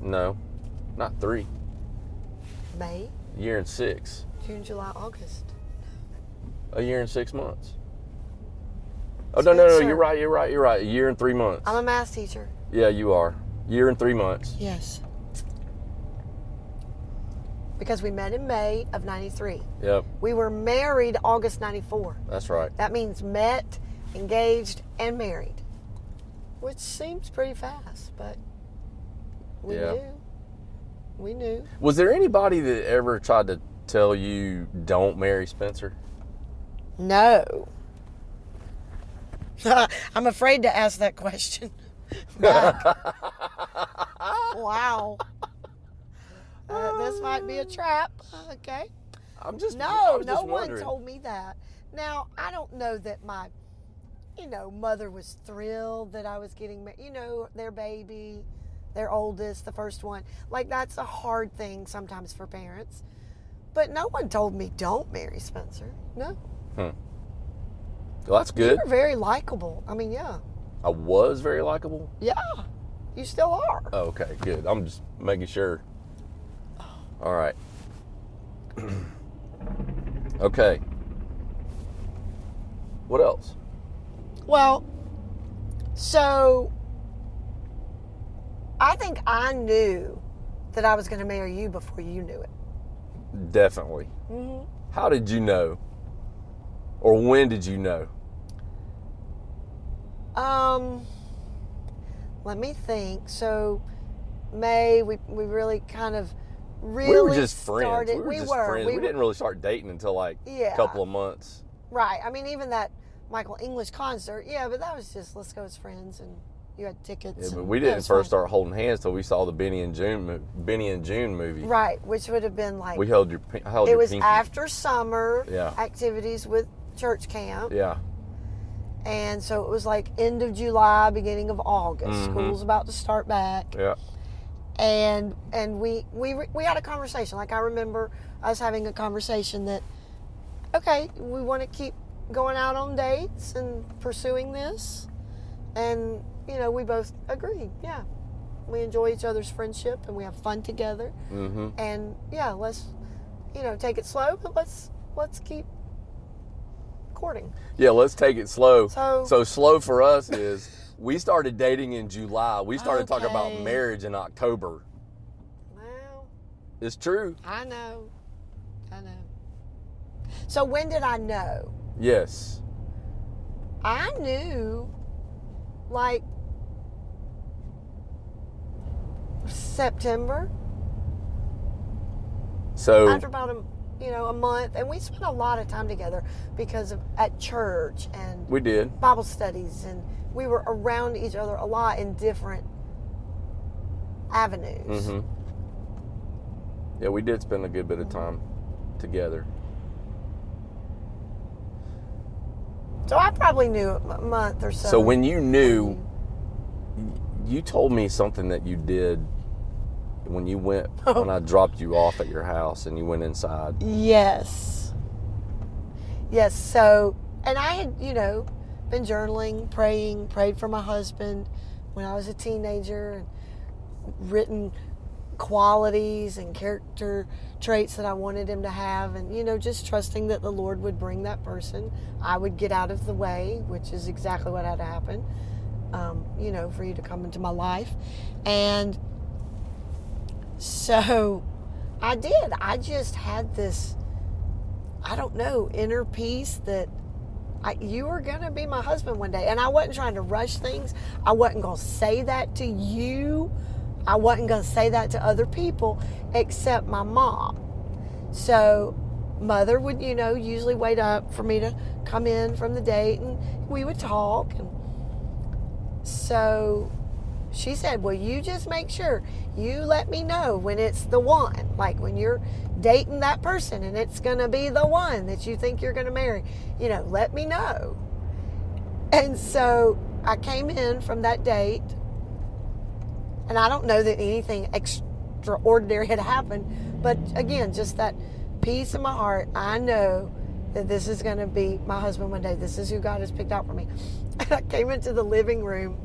[SPEAKER 1] No. Not three.
[SPEAKER 2] May,
[SPEAKER 1] Year and six.
[SPEAKER 2] June, July, August.
[SPEAKER 1] A year and six months. Oh no no no!
[SPEAKER 2] Spencer.
[SPEAKER 1] You're right. You're right. You're right. A year and three months.
[SPEAKER 2] I'm a math teacher.
[SPEAKER 1] yeah, you are. Year and three months.
[SPEAKER 2] Yes. Because we met in May of 93.
[SPEAKER 1] Yep,
[SPEAKER 2] We were married August 94.
[SPEAKER 1] that's right.
[SPEAKER 2] That means met, engaged, and married, which seems pretty fast, but we
[SPEAKER 1] Yeah.
[SPEAKER 2] knew. We knew.
[SPEAKER 1] Was there anybody that ever tried to tell you don't marry Spencer?
[SPEAKER 2] No. I'm afraid to ask that question. Back. wow. Uh, this might be a trap. Okay.
[SPEAKER 1] I'm just I
[SPEAKER 2] No,
[SPEAKER 1] was
[SPEAKER 2] no
[SPEAKER 1] just
[SPEAKER 2] one
[SPEAKER 1] wondering.
[SPEAKER 2] told me that. Now, I don't know that my, you know, mother was thrilled that I was getting married. You know, their baby, their oldest, the first one. Like, that's a hard thing sometimes for parents. But no one told me don't marry Spencer. No.
[SPEAKER 1] Well, that's good.
[SPEAKER 2] You're very likable. I mean, yeah.
[SPEAKER 1] I was very likable.
[SPEAKER 2] Yeah. You still are.
[SPEAKER 1] Oh, okay, good. I'm just making sure. All right. okay. What else?
[SPEAKER 2] Well, so I think I knew that I was going to marry you before you knew it.
[SPEAKER 1] Definitely.
[SPEAKER 2] Mhm.
[SPEAKER 1] How did you know? Or when did you know?
[SPEAKER 2] Um, let me think. So, May we we really kind of really
[SPEAKER 1] we were just friends.
[SPEAKER 2] started.
[SPEAKER 1] We were just friends.
[SPEAKER 2] we
[SPEAKER 1] We, didn't really start dating until like
[SPEAKER 2] Yeah.
[SPEAKER 1] a couple of months.
[SPEAKER 2] right. I mean, even that Michael English concert. Yeah, but that was just let's go as friends, and you had tickets.
[SPEAKER 1] Yeah, but
[SPEAKER 2] and
[SPEAKER 1] we
[SPEAKER 2] that
[SPEAKER 1] didn't
[SPEAKER 2] was
[SPEAKER 1] first
[SPEAKER 2] fun.
[SPEAKER 1] start holding hands till we saw the Benny and June mo- Benny and June movie.
[SPEAKER 2] Right, which would have been like
[SPEAKER 1] We held your pin- I held
[SPEAKER 2] it
[SPEAKER 1] your
[SPEAKER 2] was
[SPEAKER 1] pinky.
[SPEAKER 2] after summer
[SPEAKER 1] Yeah.
[SPEAKER 2] activities with church camp,
[SPEAKER 1] yeah.
[SPEAKER 2] and so it was like end of July, beginning of August.
[SPEAKER 1] Mhm.
[SPEAKER 2] School's about to start back.
[SPEAKER 1] Yeah.
[SPEAKER 2] and and we we we had a conversation. Like I remember us having a conversation that, okay, we want to keep going out on dates and pursuing this, and you know we both agreed. Yeah, we enjoy each other's friendship and we have fun together.
[SPEAKER 1] Mm-hmm.
[SPEAKER 2] And yeah, let's you know take it slow, but let's let's keep courting.
[SPEAKER 1] Yeah, let's take it slow.
[SPEAKER 2] So-
[SPEAKER 1] slow for us is we started dating in July. We started talking about
[SPEAKER 2] Okay.
[SPEAKER 1] marriage in October.
[SPEAKER 2] Well,
[SPEAKER 1] It's true.
[SPEAKER 2] I know, I know. So when did I know?
[SPEAKER 1] Yes.
[SPEAKER 2] I knew like September
[SPEAKER 1] So
[SPEAKER 2] after about a you know a month and we spent a lot of time together because of at church and
[SPEAKER 1] we did.
[SPEAKER 2] Bible studies and we were around each other a lot in different avenues.
[SPEAKER 1] hmm Mm-hmm. Yeah, we did spend a good bit of time together.
[SPEAKER 2] So I probably knew a m- month or so.
[SPEAKER 1] So when you knew, you told me something that you did when you went
[SPEAKER 2] Oh.
[SPEAKER 1] when I dropped you off at your house and you went inside.
[SPEAKER 2] Yes. Yes. So, and I had, you know, been journaling, praying, prayed for my husband when I was a teenager, and written qualities and character traits that I wanted him to have, and, you know, just trusting that the Lord would bring that person. I would get out of the way, which is exactly what had to happen, um, you know, for you to come into my life. And so I did. I just had this, I don't know, inner peace that I, you were going to be my husband one day. And I wasn't trying to rush things. I wasn't going to say that to you. I wasn't going to say that to other people except my mom. So, mother would, you know, usually wait up for me to come in from the date and we would talk. And so she said, Well, you just make sure you let me know when it's the one, like when you're dating that person and it's going to be the one that you think you're going to marry. You know, let me know. And so I came in from that date, and I don't know that anything extraordinary had happened, but again, just that peace in my heart. I know that this is going to be my husband one day. This is who God has picked out for me. And I came into the living room,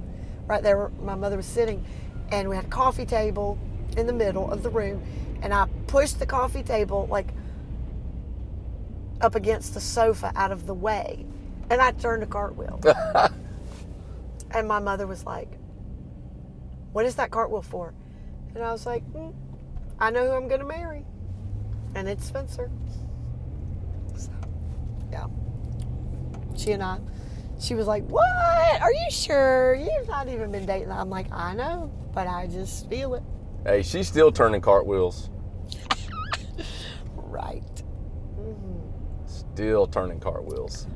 [SPEAKER 2] right there where my mother was sitting, and we had a coffee table in the middle of the room, and I pushed the coffee table like up against the sofa out of the way, and I turned a cartwheel. and my mother was like, "What is that cartwheel for?" And I was like, "Mm, "I know who I'm going to marry, and it's Spencer." So, yeah. She and I, she was like, "What? Are you sure? You've not even been dating." I'm like, "I know, but I just feel it."
[SPEAKER 1] Hey, she's still turning cartwheels.
[SPEAKER 2] Right. Mm-hmm.
[SPEAKER 1] Still turning cartwheels.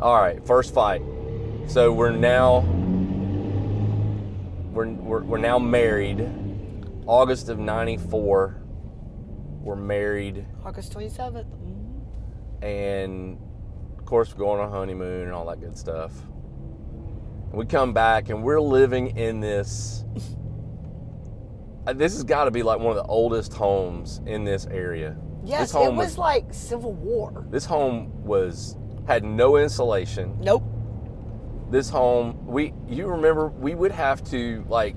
[SPEAKER 1] All right, first fight. So we're now we're, we're, we're now married. August of 94 we're married
[SPEAKER 2] August 27th. Mhm.
[SPEAKER 1] Mm-hmm. and of course we're going on honeymoon and all that good stuff. We come back and we're living in this. Uh, This has got to be like one of the oldest homes in this area.
[SPEAKER 2] Yes,
[SPEAKER 1] this home
[SPEAKER 2] it was like Civil War.
[SPEAKER 1] this home was had no insulation.
[SPEAKER 2] Nope.
[SPEAKER 1] This home, we you remember we would have to like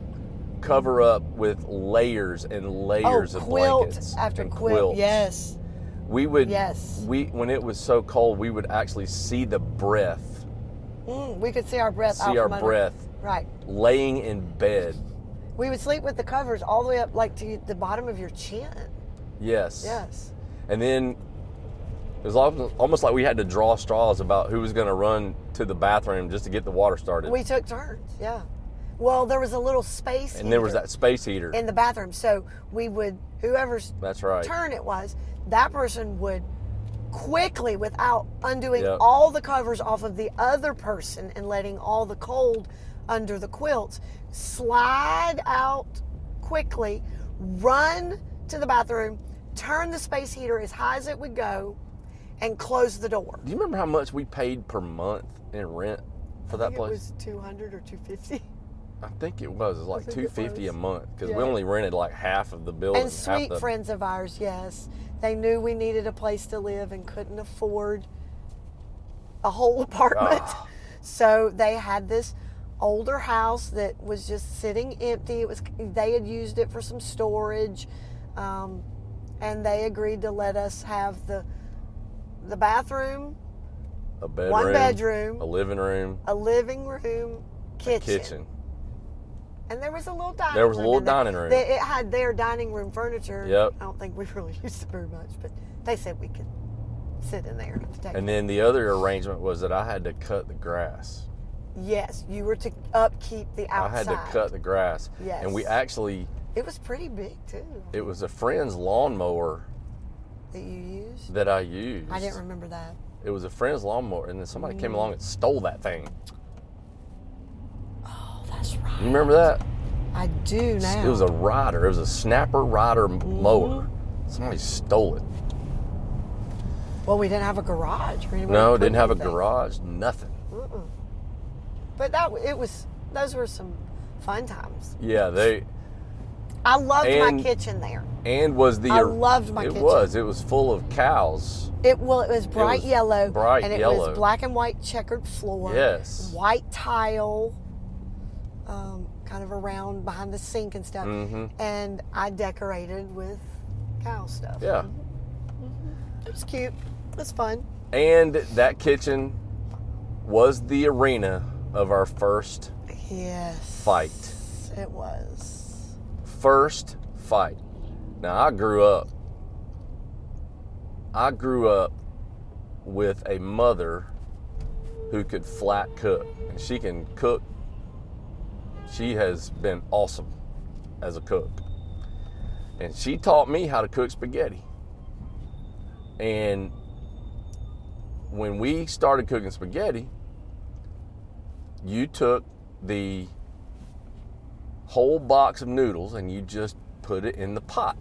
[SPEAKER 1] cover up with layers and layers
[SPEAKER 2] oh,
[SPEAKER 1] of
[SPEAKER 2] quilt
[SPEAKER 1] blankets
[SPEAKER 2] after
[SPEAKER 1] and
[SPEAKER 2] quilt.
[SPEAKER 1] quilts.
[SPEAKER 2] Yes.
[SPEAKER 1] We would
[SPEAKER 2] Yes.
[SPEAKER 1] We when it was so cold, we would actually see the breath,
[SPEAKER 2] Mm, we could see our breath. out
[SPEAKER 1] see our
[SPEAKER 2] from under-
[SPEAKER 1] breath
[SPEAKER 2] Right.
[SPEAKER 1] laying in bed.
[SPEAKER 2] We would sleep with the covers all the way up, like to the bottom of your chin.
[SPEAKER 1] Yes.
[SPEAKER 2] Yes.
[SPEAKER 1] And then it was al- almost like we had to draw straws about who was going to run to the bathroom just to get the water started.
[SPEAKER 2] We took turns. Yeah. Well, there was a little space.
[SPEAKER 1] and there was
[SPEAKER 2] heater
[SPEAKER 1] that space heater.
[SPEAKER 2] in the bathroom, so we would whoever's
[SPEAKER 1] That's right.
[SPEAKER 2] turn it was, that person would quickly, without undoing
[SPEAKER 1] Yep.
[SPEAKER 2] all the covers off of the other person and letting all the cold under the quilts, slide out quickly, run to the bathroom, turn the space heater as high as it would go, and close the door.
[SPEAKER 1] Do you remember how much we paid per month in rent for that place?
[SPEAKER 2] It was 200 or 250.
[SPEAKER 1] I think it was. It was like
[SPEAKER 2] think it
[SPEAKER 1] two fifty a
[SPEAKER 2] was.
[SPEAKER 1] month because
[SPEAKER 2] Yeah.
[SPEAKER 1] we only rented like half of the building.
[SPEAKER 2] And
[SPEAKER 1] half
[SPEAKER 2] sweet
[SPEAKER 1] the-
[SPEAKER 2] friends of ours, yes. They knew we needed a place to live and couldn't afford a whole apartment.
[SPEAKER 1] Ah.
[SPEAKER 2] So they had this older house that was just sitting empty. It was they had used it for some storage. Um, and they agreed to let us have the the bathroom,
[SPEAKER 1] a bedroom,
[SPEAKER 2] one bedroom,
[SPEAKER 1] a living room,
[SPEAKER 2] a living room, kitchen.
[SPEAKER 1] kitchen.
[SPEAKER 2] And there was a little dining.
[SPEAKER 1] There was a
[SPEAKER 2] room
[SPEAKER 1] little
[SPEAKER 2] in there.
[SPEAKER 1] dining room.
[SPEAKER 2] They, it had their dining room furniture.
[SPEAKER 1] Yep.
[SPEAKER 2] I don't think we really used it very much, but they said we could sit in there at the table.
[SPEAKER 1] And then the other arrangement was that I had to cut the grass.
[SPEAKER 2] yes, you were to upkeep the
[SPEAKER 1] I had
[SPEAKER 2] outside.
[SPEAKER 1] to cut the grass. And we
[SPEAKER 2] Yes.
[SPEAKER 1] actually,
[SPEAKER 2] It was pretty big too
[SPEAKER 1] it was a friend's lawnmower
[SPEAKER 2] that you used.
[SPEAKER 1] that I used.
[SPEAKER 2] I didn't Mm. remember that.
[SPEAKER 1] It was a friend's lawnmower, and then somebody came along and stole that thing.
[SPEAKER 2] Oh, that's
[SPEAKER 1] You
[SPEAKER 2] right.
[SPEAKER 1] remember that?
[SPEAKER 2] I do now.
[SPEAKER 1] It was a rider. It was a snapper rider mower.
[SPEAKER 2] Mm-hmm.
[SPEAKER 1] Somebody stole it.
[SPEAKER 2] well, we didn't have a garage. or anywhere
[SPEAKER 1] No,
[SPEAKER 2] to put
[SPEAKER 1] didn't have a
[SPEAKER 2] anything.
[SPEAKER 1] garage. Nothing.
[SPEAKER 2] Mm-mm. But that it was. Those were some fun times.
[SPEAKER 1] Yeah, they
[SPEAKER 2] I loved
[SPEAKER 1] And-
[SPEAKER 2] my kitchen there.
[SPEAKER 1] and was the.
[SPEAKER 2] I loved my
[SPEAKER 1] It
[SPEAKER 2] kitchen.
[SPEAKER 1] was. It was full of cows.
[SPEAKER 2] It well, it was bright
[SPEAKER 1] was
[SPEAKER 2] yellow,
[SPEAKER 1] bright
[SPEAKER 2] and it
[SPEAKER 1] yellow.
[SPEAKER 2] was black and white checkered floor.
[SPEAKER 1] Yes.
[SPEAKER 2] white tile, um, kind of around behind the sink and stuff.
[SPEAKER 1] Mhm.
[SPEAKER 2] And I decorated with cow stuff.
[SPEAKER 1] Yeah,
[SPEAKER 2] it was cute. It was fun.
[SPEAKER 1] and that kitchen was the arena of our first
[SPEAKER 2] Yes,
[SPEAKER 1] fight.
[SPEAKER 2] it was.
[SPEAKER 1] First fight. Now I grew up. I grew up with a mother who could flat cook, and she can cook. She has been awesome as a cook, and she taught me how to cook spaghetti. And when we started cooking spaghetti, you took the whole box of noodles and you just put it in the pot.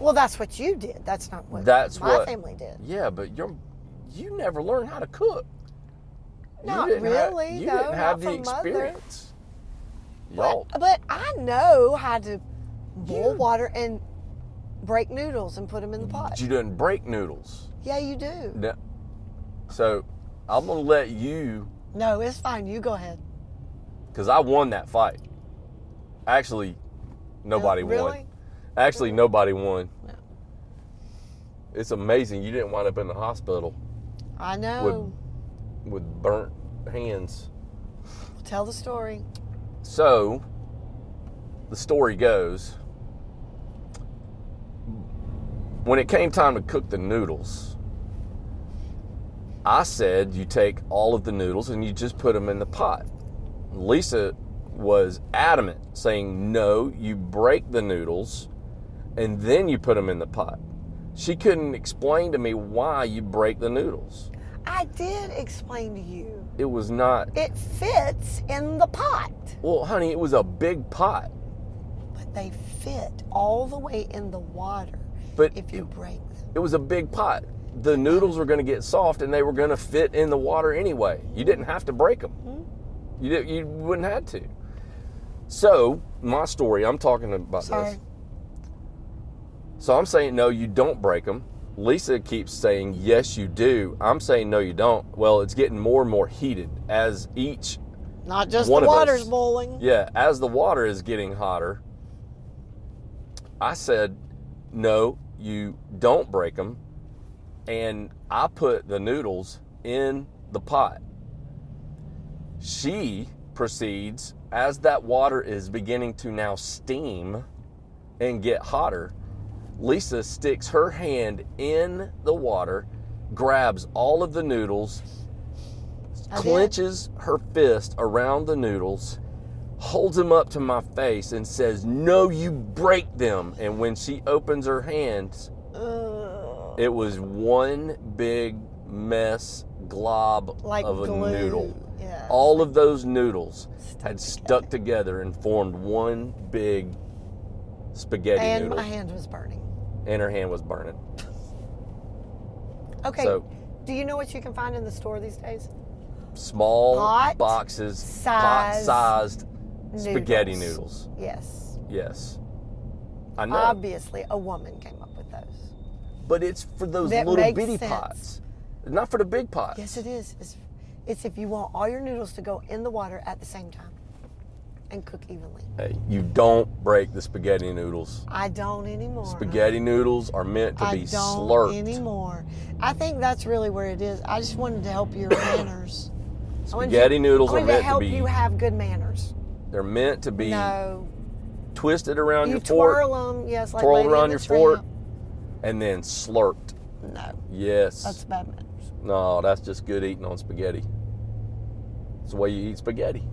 [SPEAKER 2] Well, that's what you did. That's not what
[SPEAKER 1] That's
[SPEAKER 2] my
[SPEAKER 1] what-
[SPEAKER 2] family did.
[SPEAKER 1] Yeah, but your you never learned how to cook. You
[SPEAKER 2] Not
[SPEAKER 1] didn't ha-
[SPEAKER 2] really,
[SPEAKER 1] you
[SPEAKER 2] though,
[SPEAKER 1] didn't have
[SPEAKER 2] not
[SPEAKER 1] the
[SPEAKER 2] from mother.
[SPEAKER 1] experience. Y'all,
[SPEAKER 2] But, but I know how to boil
[SPEAKER 1] You-
[SPEAKER 2] water and break noodles and put them in the pot.
[SPEAKER 1] you didn't break noodles.
[SPEAKER 2] yeah, you do.
[SPEAKER 1] No. So I'm gonna let you,
[SPEAKER 2] No, it's fine. You go ahead.
[SPEAKER 1] because I won that fight. Actually, nobody
[SPEAKER 2] Oh, really?
[SPEAKER 1] won. Actually, nobody won.
[SPEAKER 2] No.
[SPEAKER 1] It's amazing you didn't wind up in the hospital
[SPEAKER 2] I know.
[SPEAKER 1] Would- with burnt hands.
[SPEAKER 2] Tell the story.
[SPEAKER 1] So, the story goes when it came time to cook the noodles, I said you take all of the noodles and you just put them in the pot. Lisa was adamant, saying, No, you break the noodles and then you put them in the pot. She couldn't explain to me why you break the noodles.
[SPEAKER 2] I did explain to you.
[SPEAKER 1] It was not,
[SPEAKER 2] It fits in the pot,
[SPEAKER 1] well, honey, it was a big pot.
[SPEAKER 2] but they fit all the way in the water
[SPEAKER 1] But
[SPEAKER 2] if you break them.
[SPEAKER 1] it was a big pot. The noodles were going to get soft, and they were going to fit in the water anyway. You didn't have to break them. You did, you wouldn't had to. So my story, I'm talking about
[SPEAKER 2] Sorry.
[SPEAKER 1] this. So I'm saying no, you don't break them. Lisa keeps saying yes, you do. I'm saying no, you don't. Well, it's getting more and more heated as each
[SPEAKER 2] Not just
[SPEAKER 1] One
[SPEAKER 2] the
[SPEAKER 1] of us.
[SPEAKER 2] water's boiling.
[SPEAKER 1] yeah, as the water is getting hotter, I said, no, you don't break them. And I put the noodles in the pot. She proceeds, as that water is beginning to now steam and get hotter, Lisa sticks her hand in the water, grabs all of the noodles,
[SPEAKER 2] I did.
[SPEAKER 1] clenches her fist around the noodles, holds them up to my face, and says, No, you break them. And when she opens her hands,
[SPEAKER 2] Ugh.
[SPEAKER 1] it was one big mess glob
[SPEAKER 2] Like
[SPEAKER 1] of a
[SPEAKER 2] glue.
[SPEAKER 1] noodle.
[SPEAKER 2] Yeah.
[SPEAKER 1] All of those noodles
[SPEAKER 2] Stuck
[SPEAKER 1] had stuck together and formed one big spaghetti
[SPEAKER 2] and
[SPEAKER 1] noodle.
[SPEAKER 2] my hand was burning.
[SPEAKER 1] and her hand was burning.
[SPEAKER 2] Okay.
[SPEAKER 1] So-
[SPEAKER 2] do you know what you can find in the store these days?
[SPEAKER 1] Small
[SPEAKER 2] Pot
[SPEAKER 1] boxes,
[SPEAKER 2] size
[SPEAKER 1] pot-sized spaghetti noodles.
[SPEAKER 2] Yes.
[SPEAKER 1] Yes, I know.
[SPEAKER 2] Obviously, a woman came up with those.
[SPEAKER 1] But it's for those
[SPEAKER 2] That
[SPEAKER 1] little
[SPEAKER 2] makes
[SPEAKER 1] bitty
[SPEAKER 2] sense.
[SPEAKER 1] pots, not for the big pots.
[SPEAKER 2] Yes, it is. It's, it's if you want all your noodles to go in the water at the same time and cook evenly.
[SPEAKER 1] Hey, you don't break the spaghetti noodles.
[SPEAKER 2] I don't anymore.
[SPEAKER 1] Spaghetti noodles are meant to
[SPEAKER 2] I
[SPEAKER 1] be
[SPEAKER 2] don't
[SPEAKER 1] slurped.
[SPEAKER 2] anymore. I think that's really where it is. I just wanted to help your manners. I wanted
[SPEAKER 1] Spaghetti noodles
[SPEAKER 2] I
[SPEAKER 1] are
[SPEAKER 2] wanted
[SPEAKER 1] meant
[SPEAKER 2] to
[SPEAKER 1] to
[SPEAKER 2] help
[SPEAKER 1] be-
[SPEAKER 2] you have good manners.
[SPEAKER 1] They're meant to be
[SPEAKER 2] No,
[SPEAKER 1] twisted around
[SPEAKER 2] you
[SPEAKER 1] your fork,
[SPEAKER 2] twirl them. Yes, like
[SPEAKER 1] twirled
[SPEAKER 2] Lady in
[SPEAKER 1] around
[SPEAKER 2] the
[SPEAKER 1] your fork,
[SPEAKER 2] Tramp.
[SPEAKER 1] and then slurped.
[SPEAKER 2] No,
[SPEAKER 1] Yes.
[SPEAKER 2] that's bad manners.
[SPEAKER 1] No, that's just good eating on spaghetti. It's the way you eat spaghetti.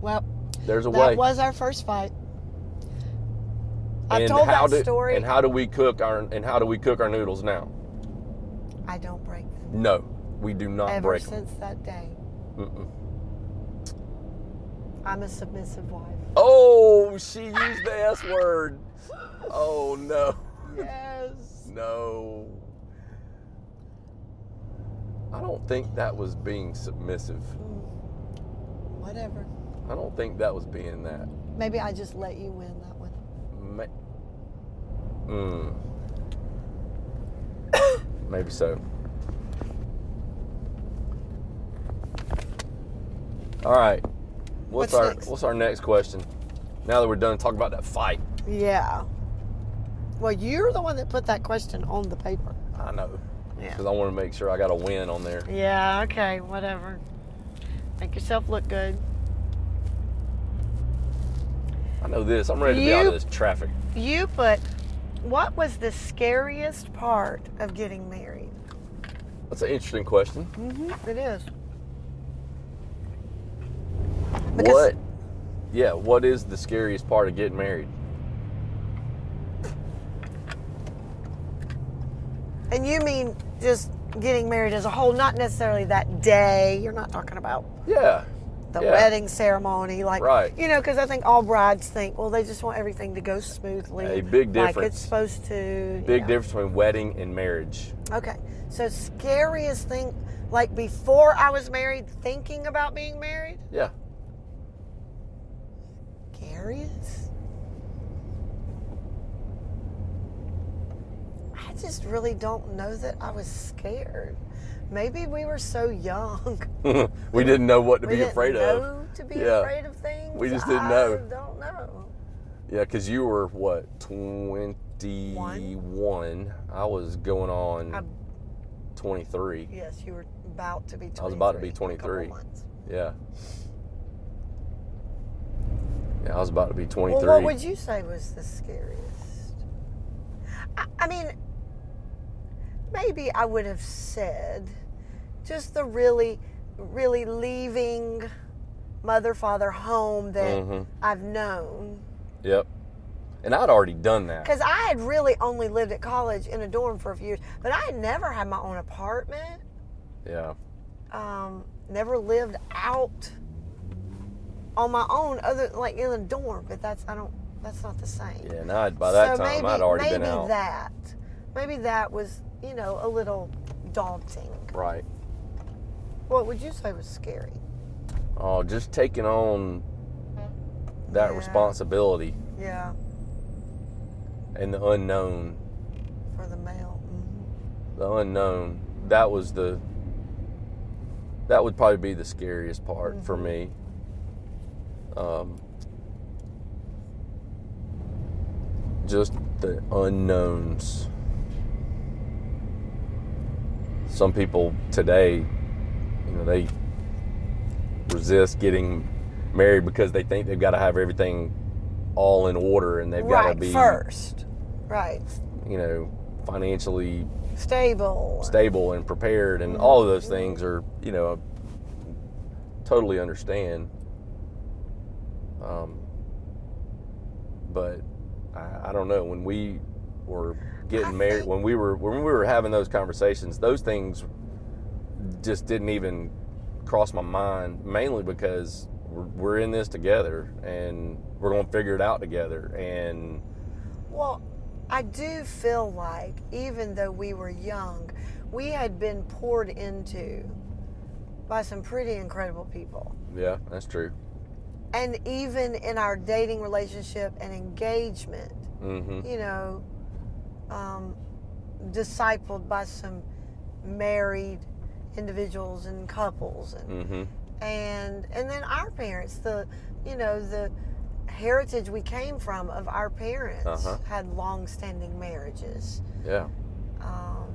[SPEAKER 2] Well,
[SPEAKER 1] There's a
[SPEAKER 2] that
[SPEAKER 1] way.
[SPEAKER 2] was our first fight. I
[SPEAKER 1] and
[SPEAKER 2] told
[SPEAKER 1] how
[SPEAKER 2] that
[SPEAKER 1] do,
[SPEAKER 2] story.
[SPEAKER 1] And how do we cook our and how do we cook our noodles now?
[SPEAKER 2] I don't break them
[SPEAKER 1] No, we do not
[SPEAKER 2] ever
[SPEAKER 1] break
[SPEAKER 2] since that day.
[SPEAKER 1] them. Mm-mm.
[SPEAKER 2] I'm a submissive wife.
[SPEAKER 1] Oh, she used the S word. Oh no,
[SPEAKER 2] Yes.
[SPEAKER 1] no. I don't think that was being submissive.
[SPEAKER 2] Whatever.
[SPEAKER 1] I don't think that was being that.
[SPEAKER 2] Maybe I just let you win that one.
[SPEAKER 1] Ma- Mm. Maybe so. All right. What's,
[SPEAKER 2] What's
[SPEAKER 1] our
[SPEAKER 2] next?
[SPEAKER 1] What's our next question? Now that we're done talking about that fight,
[SPEAKER 2] Yeah. Well, you're the one that put that question on the paper.
[SPEAKER 1] I know
[SPEAKER 2] Yeah.
[SPEAKER 1] because I want to make sure I got a win on there.
[SPEAKER 2] Yeah, okay, whatever. Make yourself look good.
[SPEAKER 1] I know this. I'm ready to be
[SPEAKER 2] You-
[SPEAKER 1] out of this traffic.
[SPEAKER 2] You put, what was the scariest part of getting married?
[SPEAKER 1] That's an interesting question.
[SPEAKER 2] Mm-hmm. It is.
[SPEAKER 1] what? Yeah. What is the scariest part of getting married?
[SPEAKER 2] And you mean just getting married as a whole, not necessarily that day. You're not talking about
[SPEAKER 1] Yeah.
[SPEAKER 2] the
[SPEAKER 1] Yeah.
[SPEAKER 2] wedding ceremony, like
[SPEAKER 1] Right.
[SPEAKER 2] you know, because I think all brides think, well, they just want everything to go smoothly,
[SPEAKER 1] A big
[SPEAKER 2] like
[SPEAKER 1] difference.
[SPEAKER 2] it's supposed to.
[SPEAKER 1] Big
[SPEAKER 2] yeah.
[SPEAKER 1] difference between wedding and marriage.
[SPEAKER 2] Okay, so scariest thing, like before I was married, thinking about being married,
[SPEAKER 1] Yeah.
[SPEAKER 2] scariest. I just really don't know that I was scared. Maybe we were so young.
[SPEAKER 1] we didn't know what to
[SPEAKER 2] we
[SPEAKER 1] be
[SPEAKER 2] didn't
[SPEAKER 1] afraid
[SPEAKER 2] know
[SPEAKER 1] of.
[SPEAKER 2] to be
[SPEAKER 1] Yeah.
[SPEAKER 2] afraid of things.
[SPEAKER 1] We just didn't
[SPEAKER 2] I
[SPEAKER 1] know.
[SPEAKER 2] Don't know.
[SPEAKER 1] Yeah, because you were what, 21? I was going on
[SPEAKER 2] I'm-
[SPEAKER 1] 23.
[SPEAKER 2] Yes, you were about to be. 23,
[SPEAKER 1] I was about to be
[SPEAKER 2] in a couple
[SPEAKER 1] 23.
[SPEAKER 2] months.
[SPEAKER 1] Yeah. Yeah, I was about to be 23.
[SPEAKER 2] Well, what would you say was the scariest? I, I mean, maybe I would have said just the really, really leaving mother father home that
[SPEAKER 1] Mhm.
[SPEAKER 2] I've known
[SPEAKER 1] Yep. And I'd already done that.
[SPEAKER 2] because I had really only lived at college in a dorm for a few years, but I had never had my own apartment.
[SPEAKER 1] Yeah.
[SPEAKER 2] um, never lived out on my own other like in a dorm but that's i don't that's not the same
[SPEAKER 1] Yeah, and I'd, by that
[SPEAKER 2] so
[SPEAKER 1] time,
[SPEAKER 2] maybe,
[SPEAKER 1] I'd already
[SPEAKER 2] maybe
[SPEAKER 1] been out.
[SPEAKER 2] that maybe that was you know a little daunting
[SPEAKER 1] Right.
[SPEAKER 2] what would you say was scary
[SPEAKER 1] Oh, just taking on that
[SPEAKER 2] Yeah.
[SPEAKER 1] responsibility
[SPEAKER 2] yeah
[SPEAKER 1] and the unknown.
[SPEAKER 2] for the male mhm.
[SPEAKER 1] The unknown. That was the. That would probably be the scariest part for
[SPEAKER 2] Mhm.
[SPEAKER 1] me. Um, just the unknowns. Some people today, you know, they resist getting married because they think they've got to have everything all in order and they've got
[SPEAKER 2] right
[SPEAKER 1] to be,
[SPEAKER 2] first right
[SPEAKER 1] you know, financially
[SPEAKER 2] stable
[SPEAKER 1] stable and prepared and all of those things are you know totally understand um, but I, I don't know when we were getting
[SPEAKER 2] I
[SPEAKER 1] married
[SPEAKER 2] think-
[SPEAKER 1] when we were when we were having those conversations those things just didn't even cross my mind mainly because we're, we're in this together and we're going to figure it out together and
[SPEAKER 2] Well, I do feel like even though we were young, we had been poured into by some pretty incredible people.
[SPEAKER 1] yeah that's true
[SPEAKER 2] And even in our dating relationship and engagement,
[SPEAKER 1] hmm
[SPEAKER 2] you know, um, discipled by some married individuals and couples and
[SPEAKER 1] hmm
[SPEAKER 2] and and then our parents the you know the heritage we came from of our parents
[SPEAKER 1] Uh-huh.
[SPEAKER 2] had long-standing marriages
[SPEAKER 1] yeah
[SPEAKER 2] um,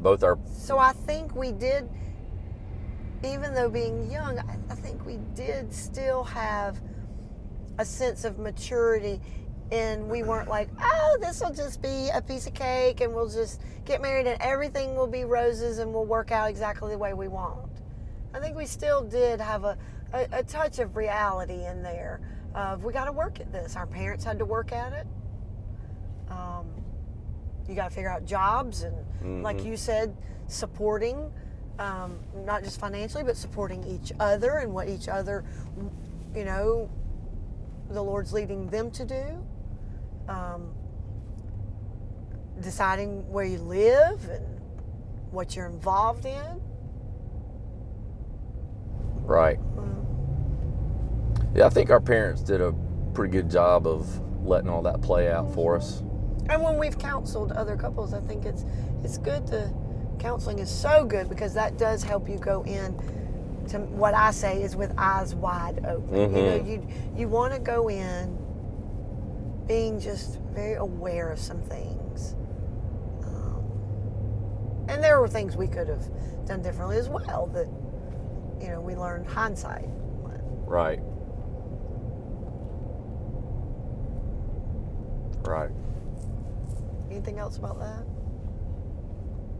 [SPEAKER 1] both our
[SPEAKER 2] so i think we did even though being young I, I think we did still have a sense of maturity and we weren't like oh this will just be a piece of cake and we'll just get married and everything will be roses and we'll work out exactly the way we want i think we still did have a, a, a touch of reality in there of we got to work at this our parents had to work at it um, you got to figure out jobs and like
[SPEAKER 1] Mhm.
[SPEAKER 2] you said supporting um, not just financially but supporting each other and what each other you know the Lord's leading them to do, um, deciding where you live and what you're involved in.
[SPEAKER 1] right
[SPEAKER 2] Mm,
[SPEAKER 1] Yeah, I think our parents did a pretty good job of letting all that play out for us.
[SPEAKER 2] And when we've counseled other couples, I think it's it's good to counseling is so good because that does help you go in to what I say is with eyes wide open. You know,
[SPEAKER 1] Mhm.
[SPEAKER 2] you you want to go in being just very aware of some things. Um, and there were things we could have done differently as well that you know we learned hindsight
[SPEAKER 1] Right. Right.
[SPEAKER 2] anything else about that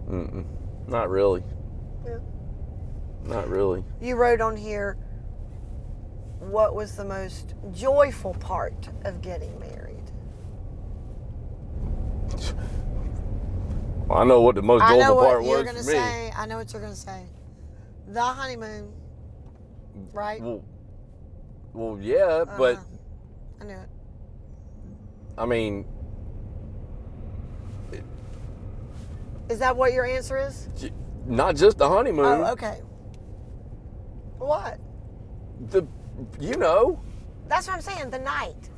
[SPEAKER 1] Mm-mm. Not really.
[SPEAKER 2] Yeah.
[SPEAKER 1] Not really.
[SPEAKER 2] you wrote on here what was the most joyful part of getting married
[SPEAKER 1] I know what the most
[SPEAKER 2] i know
[SPEAKER 1] joyful
[SPEAKER 2] what
[SPEAKER 1] part
[SPEAKER 2] you're
[SPEAKER 1] was
[SPEAKER 2] gonna
[SPEAKER 1] for me.
[SPEAKER 2] say i know what you're gonna say the honeymoon right?
[SPEAKER 1] Well, well, yeah, but
[SPEAKER 2] Uh-huh. I knew it.
[SPEAKER 1] I mean,
[SPEAKER 2] Is that what your answer is?
[SPEAKER 1] j- not just the honeymoon.
[SPEAKER 2] Oh, okay. What?
[SPEAKER 1] The, you know.
[SPEAKER 2] That's what I'm saying. The night,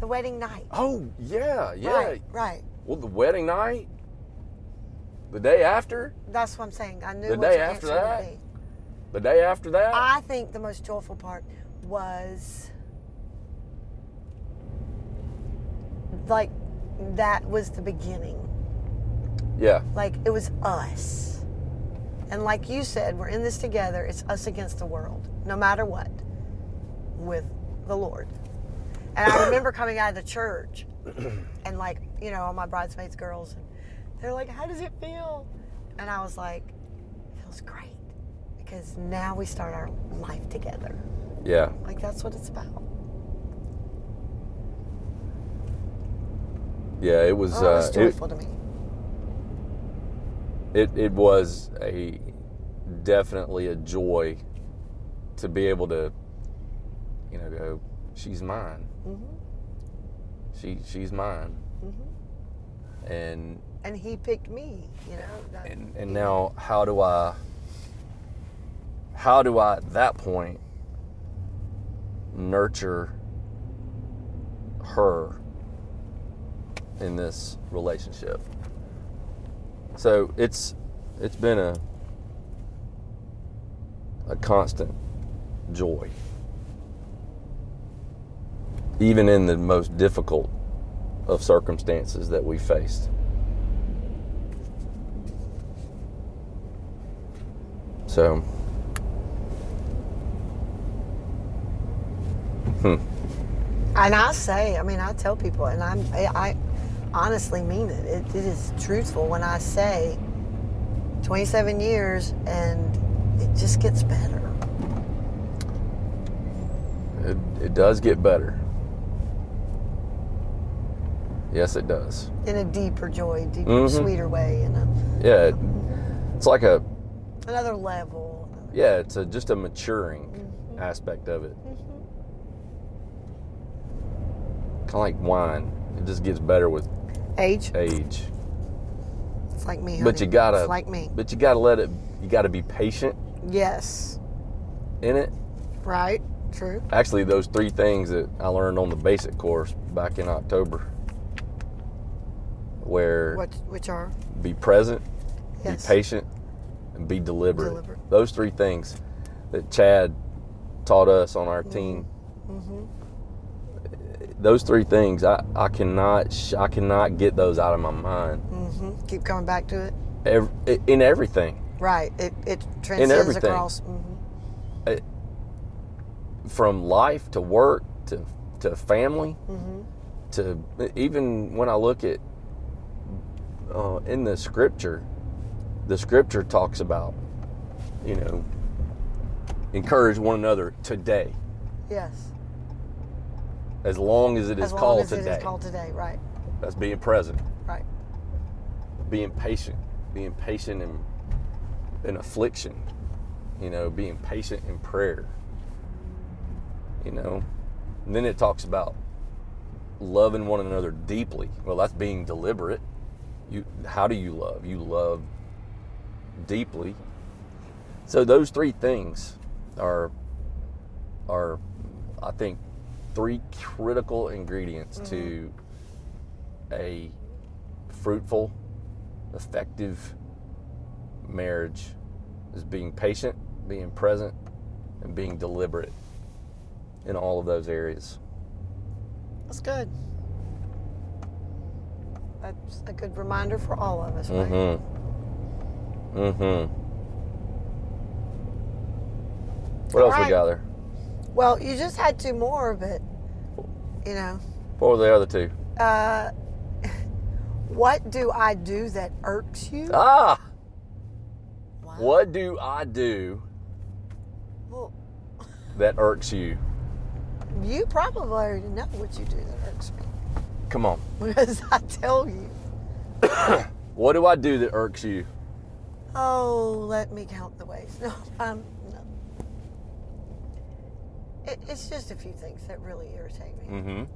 [SPEAKER 2] the wedding night.
[SPEAKER 1] Oh yeah, yeah.
[SPEAKER 2] Right. Right.
[SPEAKER 1] Well, the wedding night, the day after,
[SPEAKER 2] That's what I'm saying. I knew
[SPEAKER 1] The
[SPEAKER 2] what
[SPEAKER 1] day
[SPEAKER 2] your
[SPEAKER 1] after
[SPEAKER 2] answer
[SPEAKER 1] that?
[SPEAKER 2] would be.
[SPEAKER 1] the day after that.
[SPEAKER 2] I think the most joyful part was like that was the beginning.
[SPEAKER 1] yeah.
[SPEAKER 2] Like it was us. And like you said, we're in this together. It's us against the world, no matter what, with the Lord. And I remember coming out of the church and like, you know, all my bridesmaids girls and they're like, How does it feel? And I was like, It feels great. Because now we start our life together.
[SPEAKER 1] Yeah.
[SPEAKER 2] Like that's what it's about.
[SPEAKER 1] Yeah. It was.
[SPEAKER 2] Oh, it was
[SPEAKER 1] uh, it-
[SPEAKER 2] joyful to me.
[SPEAKER 1] it, it was a definitely a joy to be able to you know go she's mine
[SPEAKER 2] Mm-hmm.
[SPEAKER 1] she she's mine
[SPEAKER 2] Mm-hmm.
[SPEAKER 1] and
[SPEAKER 2] And he picked me, you know. that-
[SPEAKER 1] and and now how do i how do i at that point nurture her in this relationship so it's it's been a a constant joy even in the most difficult of circumstances that we faced So. Hmm.
[SPEAKER 2] And I say, I mean, I tell people, and I'm, I, I honestly mean it. it. It is truthful when I say 27 years and it just gets better.
[SPEAKER 1] It, it does get better. Yes, it does.
[SPEAKER 2] In a deeper joy, deeper,
[SPEAKER 1] Mhm.
[SPEAKER 2] sweeter way, in a,
[SPEAKER 1] Yeah. It, it's like a,
[SPEAKER 2] another level.
[SPEAKER 1] yeah, it's a, just a maturing aspect of it.
[SPEAKER 2] Mm-hmm.
[SPEAKER 1] Kind of like wine. It just gets better with
[SPEAKER 2] Age,
[SPEAKER 1] age.
[SPEAKER 2] it's like me. Honey.
[SPEAKER 1] But you gotta,
[SPEAKER 2] It's like me.
[SPEAKER 1] but you gotta let it, you gotta be patient
[SPEAKER 2] Yes.
[SPEAKER 1] in it.
[SPEAKER 2] Right. True.
[SPEAKER 1] Actually, those three things that I learned on the basic course back in October, where
[SPEAKER 2] What? Which are?
[SPEAKER 1] be present,
[SPEAKER 2] Yes.
[SPEAKER 1] be patient, and be deliberate.
[SPEAKER 2] Deliberate.
[SPEAKER 1] Those three things that Chad taught us on our
[SPEAKER 2] Mm-hmm.
[SPEAKER 1] team. Those three things, I, I cannot sh- I cannot get those out of my mind
[SPEAKER 2] Mm-hmm. Keep coming back to it.
[SPEAKER 1] Ev- in everything.
[SPEAKER 2] Right. It it transcends
[SPEAKER 1] everything.
[SPEAKER 2] across. Mm-hmm.
[SPEAKER 1] from life to work to to family
[SPEAKER 2] Mm-hmm.
[SPEAKER 1] to even when I look at uh, in the scripture, the scripture talks about you know encourage one another today
[SPEAKER 2] Yes.
[SPEAKER 1] as long as it is
[SPEAKER 2] as long
[SPEAKER 1] called
[SPEAKER 2] as
[SPEAKER 1] today.
[SPEAKER 2] it is called today. Right.
[SPEAKER 1] That's being present,
[SPEAKER 2] Right.
[SPEAKER 1] being patient, being patient in in affliction, you know, being patient in prayer. You know, and then it talks about loving one another deeply. Well, that's being deliberate. You, how do you love? You love deeply. So those three things are are I think three critical ingredients to a fruitful, effective marriage is being patient, being present, and being deliberate in all of those areas.
[SPEAKER 2] That's good. That's a good reminder for all of us, right?
[SPEAKER 1] Mm-hmm. Mm-hmm. What else we
[SPEAKER 2] Alright.
[SPEAKER 1] got there?
[SPEAKER 2] Well, you just had two more, but you know,
[SPEAKER 1] What were the other two?
[SPEAKER 2] uh, what do I do that irks you?
[SPEAKER 1] Ah!
[SPEAKER 2] Wow.
[SPEAKER 1] What do I do
[SPEAKER 2] Well,
[SPEAKER 1] that irks you?
[SPEAKER 2] you probably already know what you do that irks me
[SPEAKER 1] Come on.
[SPEAKER 2] because I tell you.
[SPEAKER 1] What do I do that irks you?
[SPEAKER 2] Oh, let me count the ways. No, um, no. It, it's just a few things that really irritate me.
[SPEAKER 1] Mm-hmm.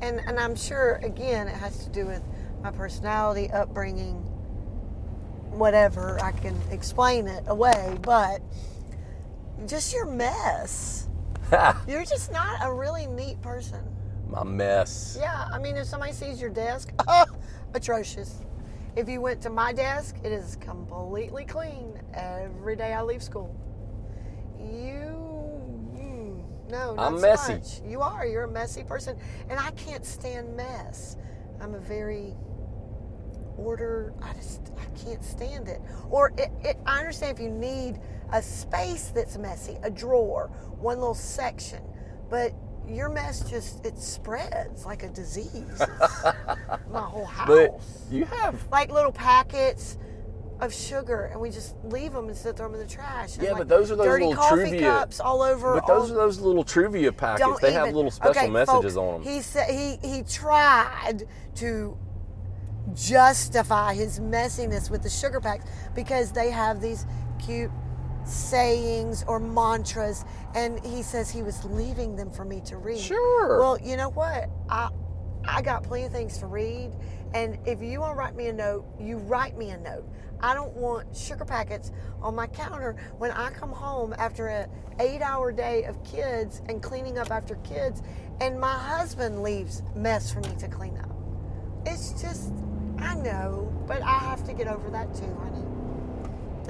[SPEAKER 2] And, and I'm sure, again, it has to do with my personality, upbringing, whatever. I can explain it away, but just your mess. You're just not a really neat person.
[SPEAKER 1] My mess.
[SPEAKER 2] Yeah, I mean, if somebody sees your desk, oh, atrocious. If you went to my desk, it is completely clean every day I leave school. You, mm, no, not
[SPEAKER 1] I'm
[SPEAKER 2] so
[SPEAKER 1] messy.
[SPEAKER 2] much. You are. You're a messy person, and I can't stand mess. I'm a very order. I just I can't stand it. Or it, it, I understand if you need a space that's messy, a drawer, one little section, but your mess just it spreads like a disease. It's my whole house
[SPEAKER 1] But you have.
[SPEAKER 2] like little packets of sugar, and we just leave them instead of throw them in the trash. And,
[SPEAKER 1] Yeah,
[SPEAKER 2] like,
[SPEAKER 1] but those are those
[SPEAKER 2] dirty
[SPEAKER 1] little
[SPEAKER 2] coffee
[SPEAKER 1] trivia-
[SPEAKER 2] cups all over.
[SPEAKER 1] But those
[SPEAKER 2] all-
[SPEAKER 1] are those little trivia packets.
[SPEAKER 2] don't
[SPEAKER 1] they have
[SPEAKER 2] even-
[SPEAKER 1] little special
[SPEAKER 2] okay,
[SPEAKER 1] messages
[SPEAKER 2] folks,
[SPEAKER 1] on them.
[SPEAKER 2] He said he he tried to justify his messiness with the sugar packs because they have these cute sayings or mantras and he says he was leaving them for me to read.
[SPEAKER 1] Sure.
[SPEAKER 2] Well, you know what? I I got plenty of things to read and if you want to write me a note, you write me a note. I don't want sugar packets on my counter when I come home after a 8-hour day of kids and cleaning up after kids and my husband leaves mess for me to clean up. It's just, I know, but I have to get over that too, honey.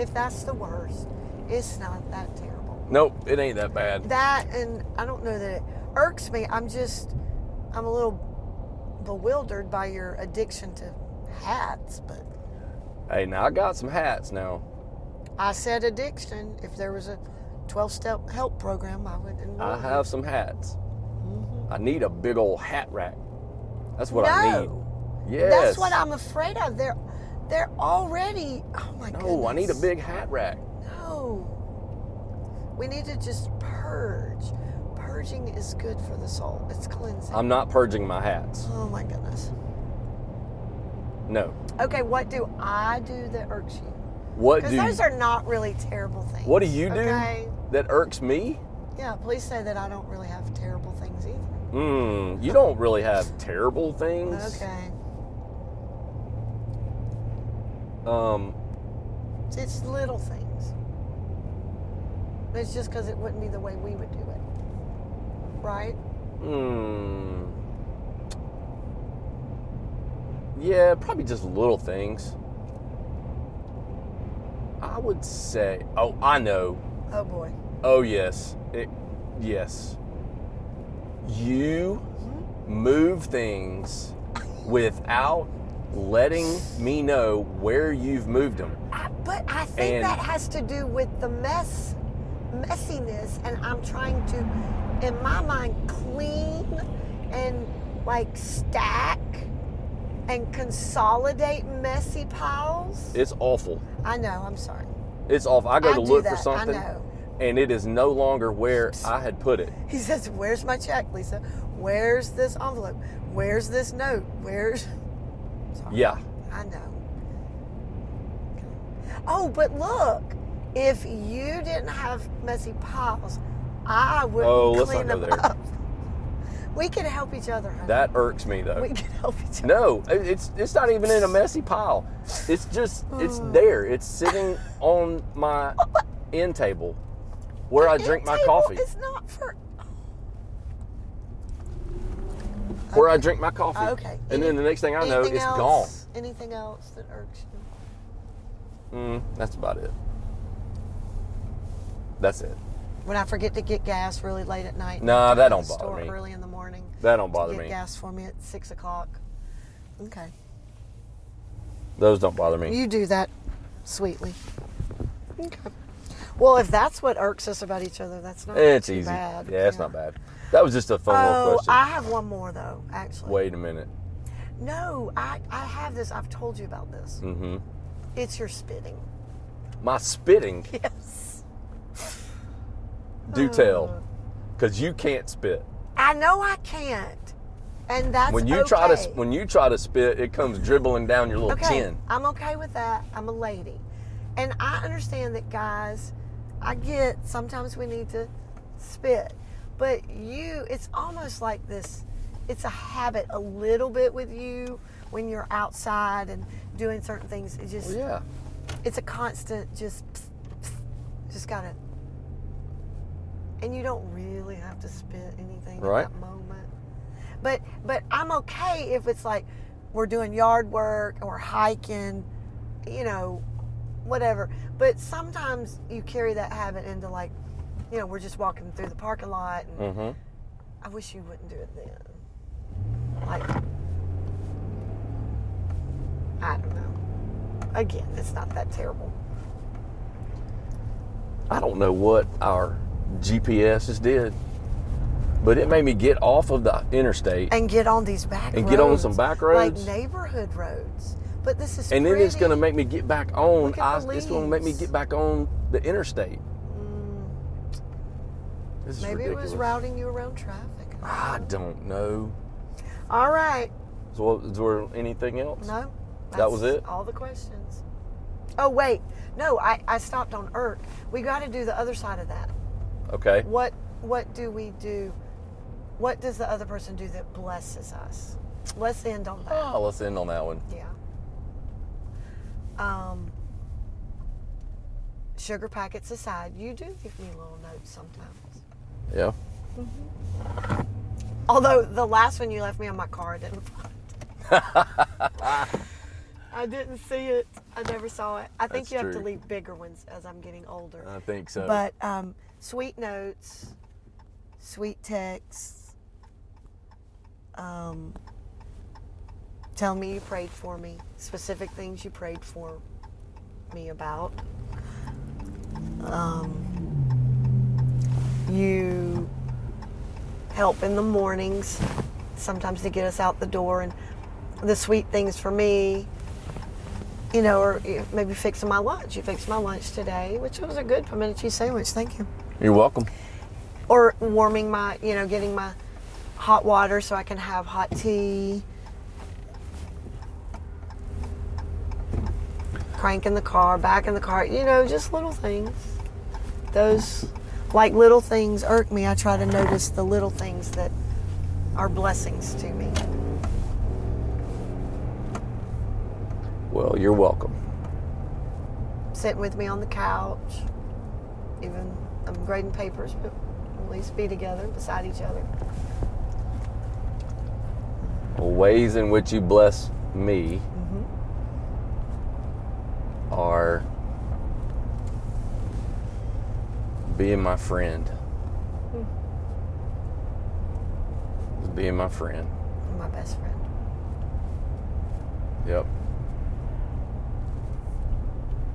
[SPEAKER 2] If that's the worst, it's not that terrible.
[SPEAKER 1] nope, it ain't that bad.
[SPEAKER 2] That, and I don't know that it irks me. I'm just, I'm a little bewildered by your addiction to hats, but
[SPEAKER 1] Hey, now I got some hats now.
[SPEAKER 2] I said addiction. If there was a 12 step help program, I would enroll.
[SPEAKER 1] I
[SPEAKER 2] you.
[SPEAKER 1] have some hats. I need a big old hat rack. That's what I need.
[SPEAKER 2] No.
[SPEAKER 1] Yes.
[SPEAKER 2] That's what I'm afraid of. They're, they're already, oh my god.
[SPEAKER 1] No, I need a big hat rack.
[SPEAKER 2] No. We need to just purge. Purging is good for the soul. It's cleansing.
[SPEAKER 1] I'm not purging my hats.
[SPEAKER 2] oh my goodness.
[SPEAKER 1] No.
[SPEAKER 2] Okay, what do I do that irks you?
[SPEAKER 1] What
[SPEAKER 2] Because
[SPEAKER 1] do
[SPEAKER 2] those are not really terrible things.
[SPEAKER 1] What do you do
[SPEAKER 2] Okay.
[SPEAKER 1] that irks me?
[SPEAKER 2] Yeah, please say that I don't really have terrible things either.
[SPEAKER 1] Mm, you don't really have terrible things.
[SPEAKER 2] Okay.
[SPEAKER 1] Um,
[SPEAKER 2] It's little things. It's just because it wouldn't be the way we would do it. Right?
[SPEAKER 1] mm, yeah, probably just little things. I would say, oh, I know.
[SPEAKER 2] Oh boy.
[SPEAKER 1] Oh, yes. It, yes. You
[SPEAKER 2] Mm-hmm.
[SPEAKER 1] move things without letting me know where you've moved them.
[SPEAKER 2] I, but I think
[SPEAKER 1] And-
[SPEAKER 2] that has to do with the mess, messiness, and I'm trying to, in my mind, clean and like stack and consolidate messy piles.
[SPEAKER 1] It's awful.
[SPEAKER 2] I know. I'm sorry.
[SPEAKER 1] It's awful. I go
[SPEAKER 2] I
[SPEAKER 1] to
[SPEAKER 2] do
[SPEAKER 1] look for
[SPEAKER 2] that, I
[SPEAKER 1] something,
[SPEAKER 2] know.
[SPEAKER 1] and it is no longer where I had put it.
[SPEAKER 2] He says, "Where's my check, Lisa? Where's this envelope? Where's this note? Where's?" Sorry.
[SPEAKER 1] Yeah.
[SPEAKER 2] I know. Oh, but look, if you didn't have messy piles, I would
[SPEAKER 1] Oh, let's
[SPEAKER 2] clean
[SPEAKER 1] not go
[SPEAKER 2] them
[SPEAKER 1] there.
[SPEAKER 2] up. We can help each other. Honey.
[SPEAKER 1] That irks me
[SPEAKER 2] we
[SPEAKER 1] though.
[SPEAKER 2] can help each other.
[SPEAKER 1] No, it- it's it's not even in a messy pile. It's just it's there. It's sitting on my end table where I drink my
[SPEAKER 2] Table
[SPEAKER 1] coffee.
[SPEAKER 2] is not for.
[SPEAKER 1] Where I drink my coffee.
[SPEAKER 2] Okay.
[SPEAKER 1] And then the next thing I know,
[SPEAKER 2] anything
[SPEAKER 1] it's gone.
[SPEAKER 2] else, Anything else that irks you?
[SPEAKER 1] Mm, that's about it. That's it.
[SPEAKER 2] When I forget to get gas really late at night.
[SPEAKER 1] Nah, that don't
[SPEAKER 2] the
[SPEAKER 1] bother
[SPEAKER 2] store
[SPEAKER 1] me.
[SPEAKER 2] Early in the morning.
[SPEAKER 1] That don't
[SPEAKER 2] to
[SPEAKER 1] bother
[SPEAKER 2] get
[SPEAKER 1] me.
[SPEAKER 2] Gas for me at six o'clock. Okay.
[SPEAKER 1] Those don't bother me.
[SPEAKER 2] You do that sweetly. Okay. Well, if that's what irks us about each other, that's not
[SPEAKER 1] It's
[SPEAKER 2] too
[SPEAKER 1] easy.
[SPEAKER 2] bad.
[SPEAKER 1] Yeah, it's not bad. That was just a fun little
[SPEAKER 2] Oh,
[SPEAKER 1] question.
[SPEAKER 2] I have one more though, actually.
[SPEAKER 1] Wait a minute.
[SPEAKER 2] No, I, I have this. I've told you about this.
[SPEAKER 1] Mm-hmm.
[SPEAKER 2] It's your spitting.
[SPEAKER 1] My spitting.
[SPEAKER 2] Yes. Oh.
[SPEAKER 1] Do tell. Because you can't spit.
[SPEAKER 2] I know I can't, and that's
[SPEAKER 1] When you try to
[SPEAKER 2] okay.
[SPEAKER 1] when you try to spit, it comes dribbling down your little
[SPEAKER 2] Okay,
[SPEAKER 1] chin.
[SPEAKER 2] I'm okay with that. I'm a lady. And I understand that guys I get sometimes we need to spit, but you, it's almost like this, it's a habit a little bit with you when you're outside and doing certain things. It just,
[SPEAKER 1] Well, Oh, yeah.
[SPEAKER 2] it's a constant just pss, pss, just gotta and you don't really have to spit anything
[SPEAKER 1] Right.
[SPEAKER 2] at that moment but but i'm okay if it's like we're doing yard work or hiking you know whatever but sometimes you carry that habit into like you know we're just walking through the parking lot and
[SPEAKER 1] Mm-hmm.
[SPEAKER 2] i wish you wouldn't do it then like i don't know again it's not that terrible
[SPEAKER 1] I don't know what our GPSs did, but it made me get off of the interstate.
[SPEAKER 2] and get on these back
[SPEAKER 1] And
[SPEAKER 2] roads,
[SPEAKER 1] get on some back roads.
[SPEAKER 2] like neighborhood roads. But this is
[SPEAKER 1] And then it's
[SPEAKER 2] pretty-
[SPEAKER 1] going to make me get back on.
[SPEAKER 2] Look
[SPEAKER 1] I,
[SPEAKER 2] at the
[SPEAKER 1] it's going to make me
[SPEAKER 2] leaves.
[SPEAKER 1] get back on the interstate. This is
[SPEAKER 2] Mm, maybe
[SPEAKER 1] ridiculous.
[SPEAKER 2] it was routing you around traffic.
[SPEAKER 1] I don't know.
[SPEAKER 2] All right,
[SPEAKER 1] So, what- is there anything else?
[SPEAKER 2] no,
[SPEAKER 1] That was
[SPEAKER 2] that's
[SPEAKER 1] it?
[SPEAKER 2] All the questions. Oh wait, no, I, I stopped on Irk. We got to do the other side of that.
[SPEAKER 1] Okay.
[SPEAKER 2] What what do we do? What does the other person do that blesses us? Let's end on that.
[SPEAKER 1] Oh, let's end on that one.
[SPEAKER 2] Yeah. Um, sugar packets aside, you do give me little notes sometimes.
[SPEAKER 1] Yeah.
[SPEAKER 2] Although the last one you left me on my car, I didn't find. I didn't see it. I never saw it. I think
[SPEAKER 1] That's
[SPEAKER 2] you have
[SPEAKER 1] true.
[SPEAKER 2] to leave bigger ones as I'm getting older.
[SPEAKER 1] I think so.
[SPEAKER 2] But um, sweet notes, sweet texts. Um, tell me you prayed for me. Specific things you prayed for me about. Um, you help in the mornings, sometimes to get us out the door, and the sweet things for me. You know, or you know, maybe fixing my lunch. You fixed my lunch today, which was a good pimento cheese sandwich. Thank you
[SPEAKER 1] You're welcome.
[SPEAKER 2] or warming my, you know, getting my hot water so I can have hot tea. Crank in the car, back in the car, you know, just little things. Those, like little things, irk me. I try to notice the little things that are blessings to me.
[SPEAKER 1] Well, you're welcome.
[SPEAKER 2] Sitting with me on the couch, even I'm grading papers, but at least be together beside each other.
[SPEAKER 1] Ways in which you bless me are being my friend. Just Being my friend.
[SPEAKER 2] My best friend.
[SPEAKER 1] Yep.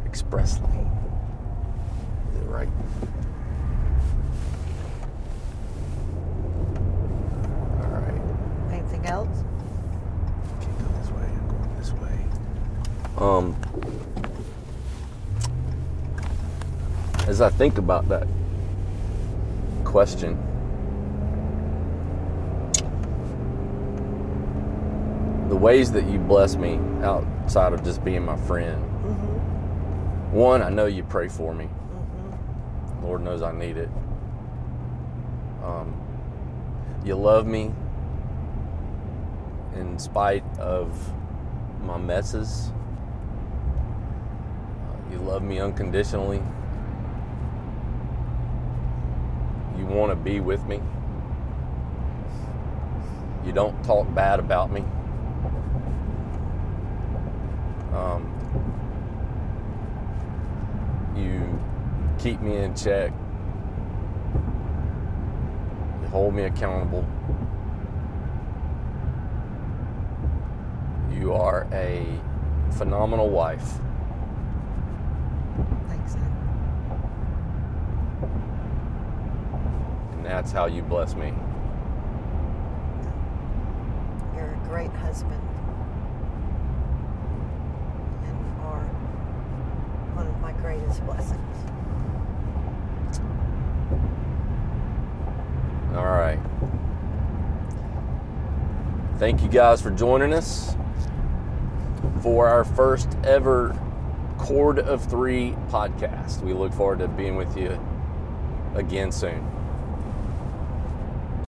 [SPEAKER 1] Express lane. Is it right? All right.
[SPEAKER 2] Anything else?
[SPEAKER 1] Can't go this way. I'm going this way. Um. As I think about that question, the ways that you bless me outside of just being my friend
[SPEAKER 2] Mm-hmm.
[SPEAKER 1] One, I know you pray for me. Lord knows I need it. Um, you love me in spite of my messes. Uh, you love me unconditionally. You want to be with me. You don't talk bad about me. Um, you keep me in check. You hold me accountable. You are a phenomenal wife.
[SPEAKER 2] Thanks, Ed.
[SPEAKER 1] And that's how you bless me.
[SPEAKER 2] You're a great husband. And are one of my greatest blessings.
[SPEAKER 1] All right. Thank you guys for joining us for our first ever Chord of Three podcast. We look forward to being with you again soon.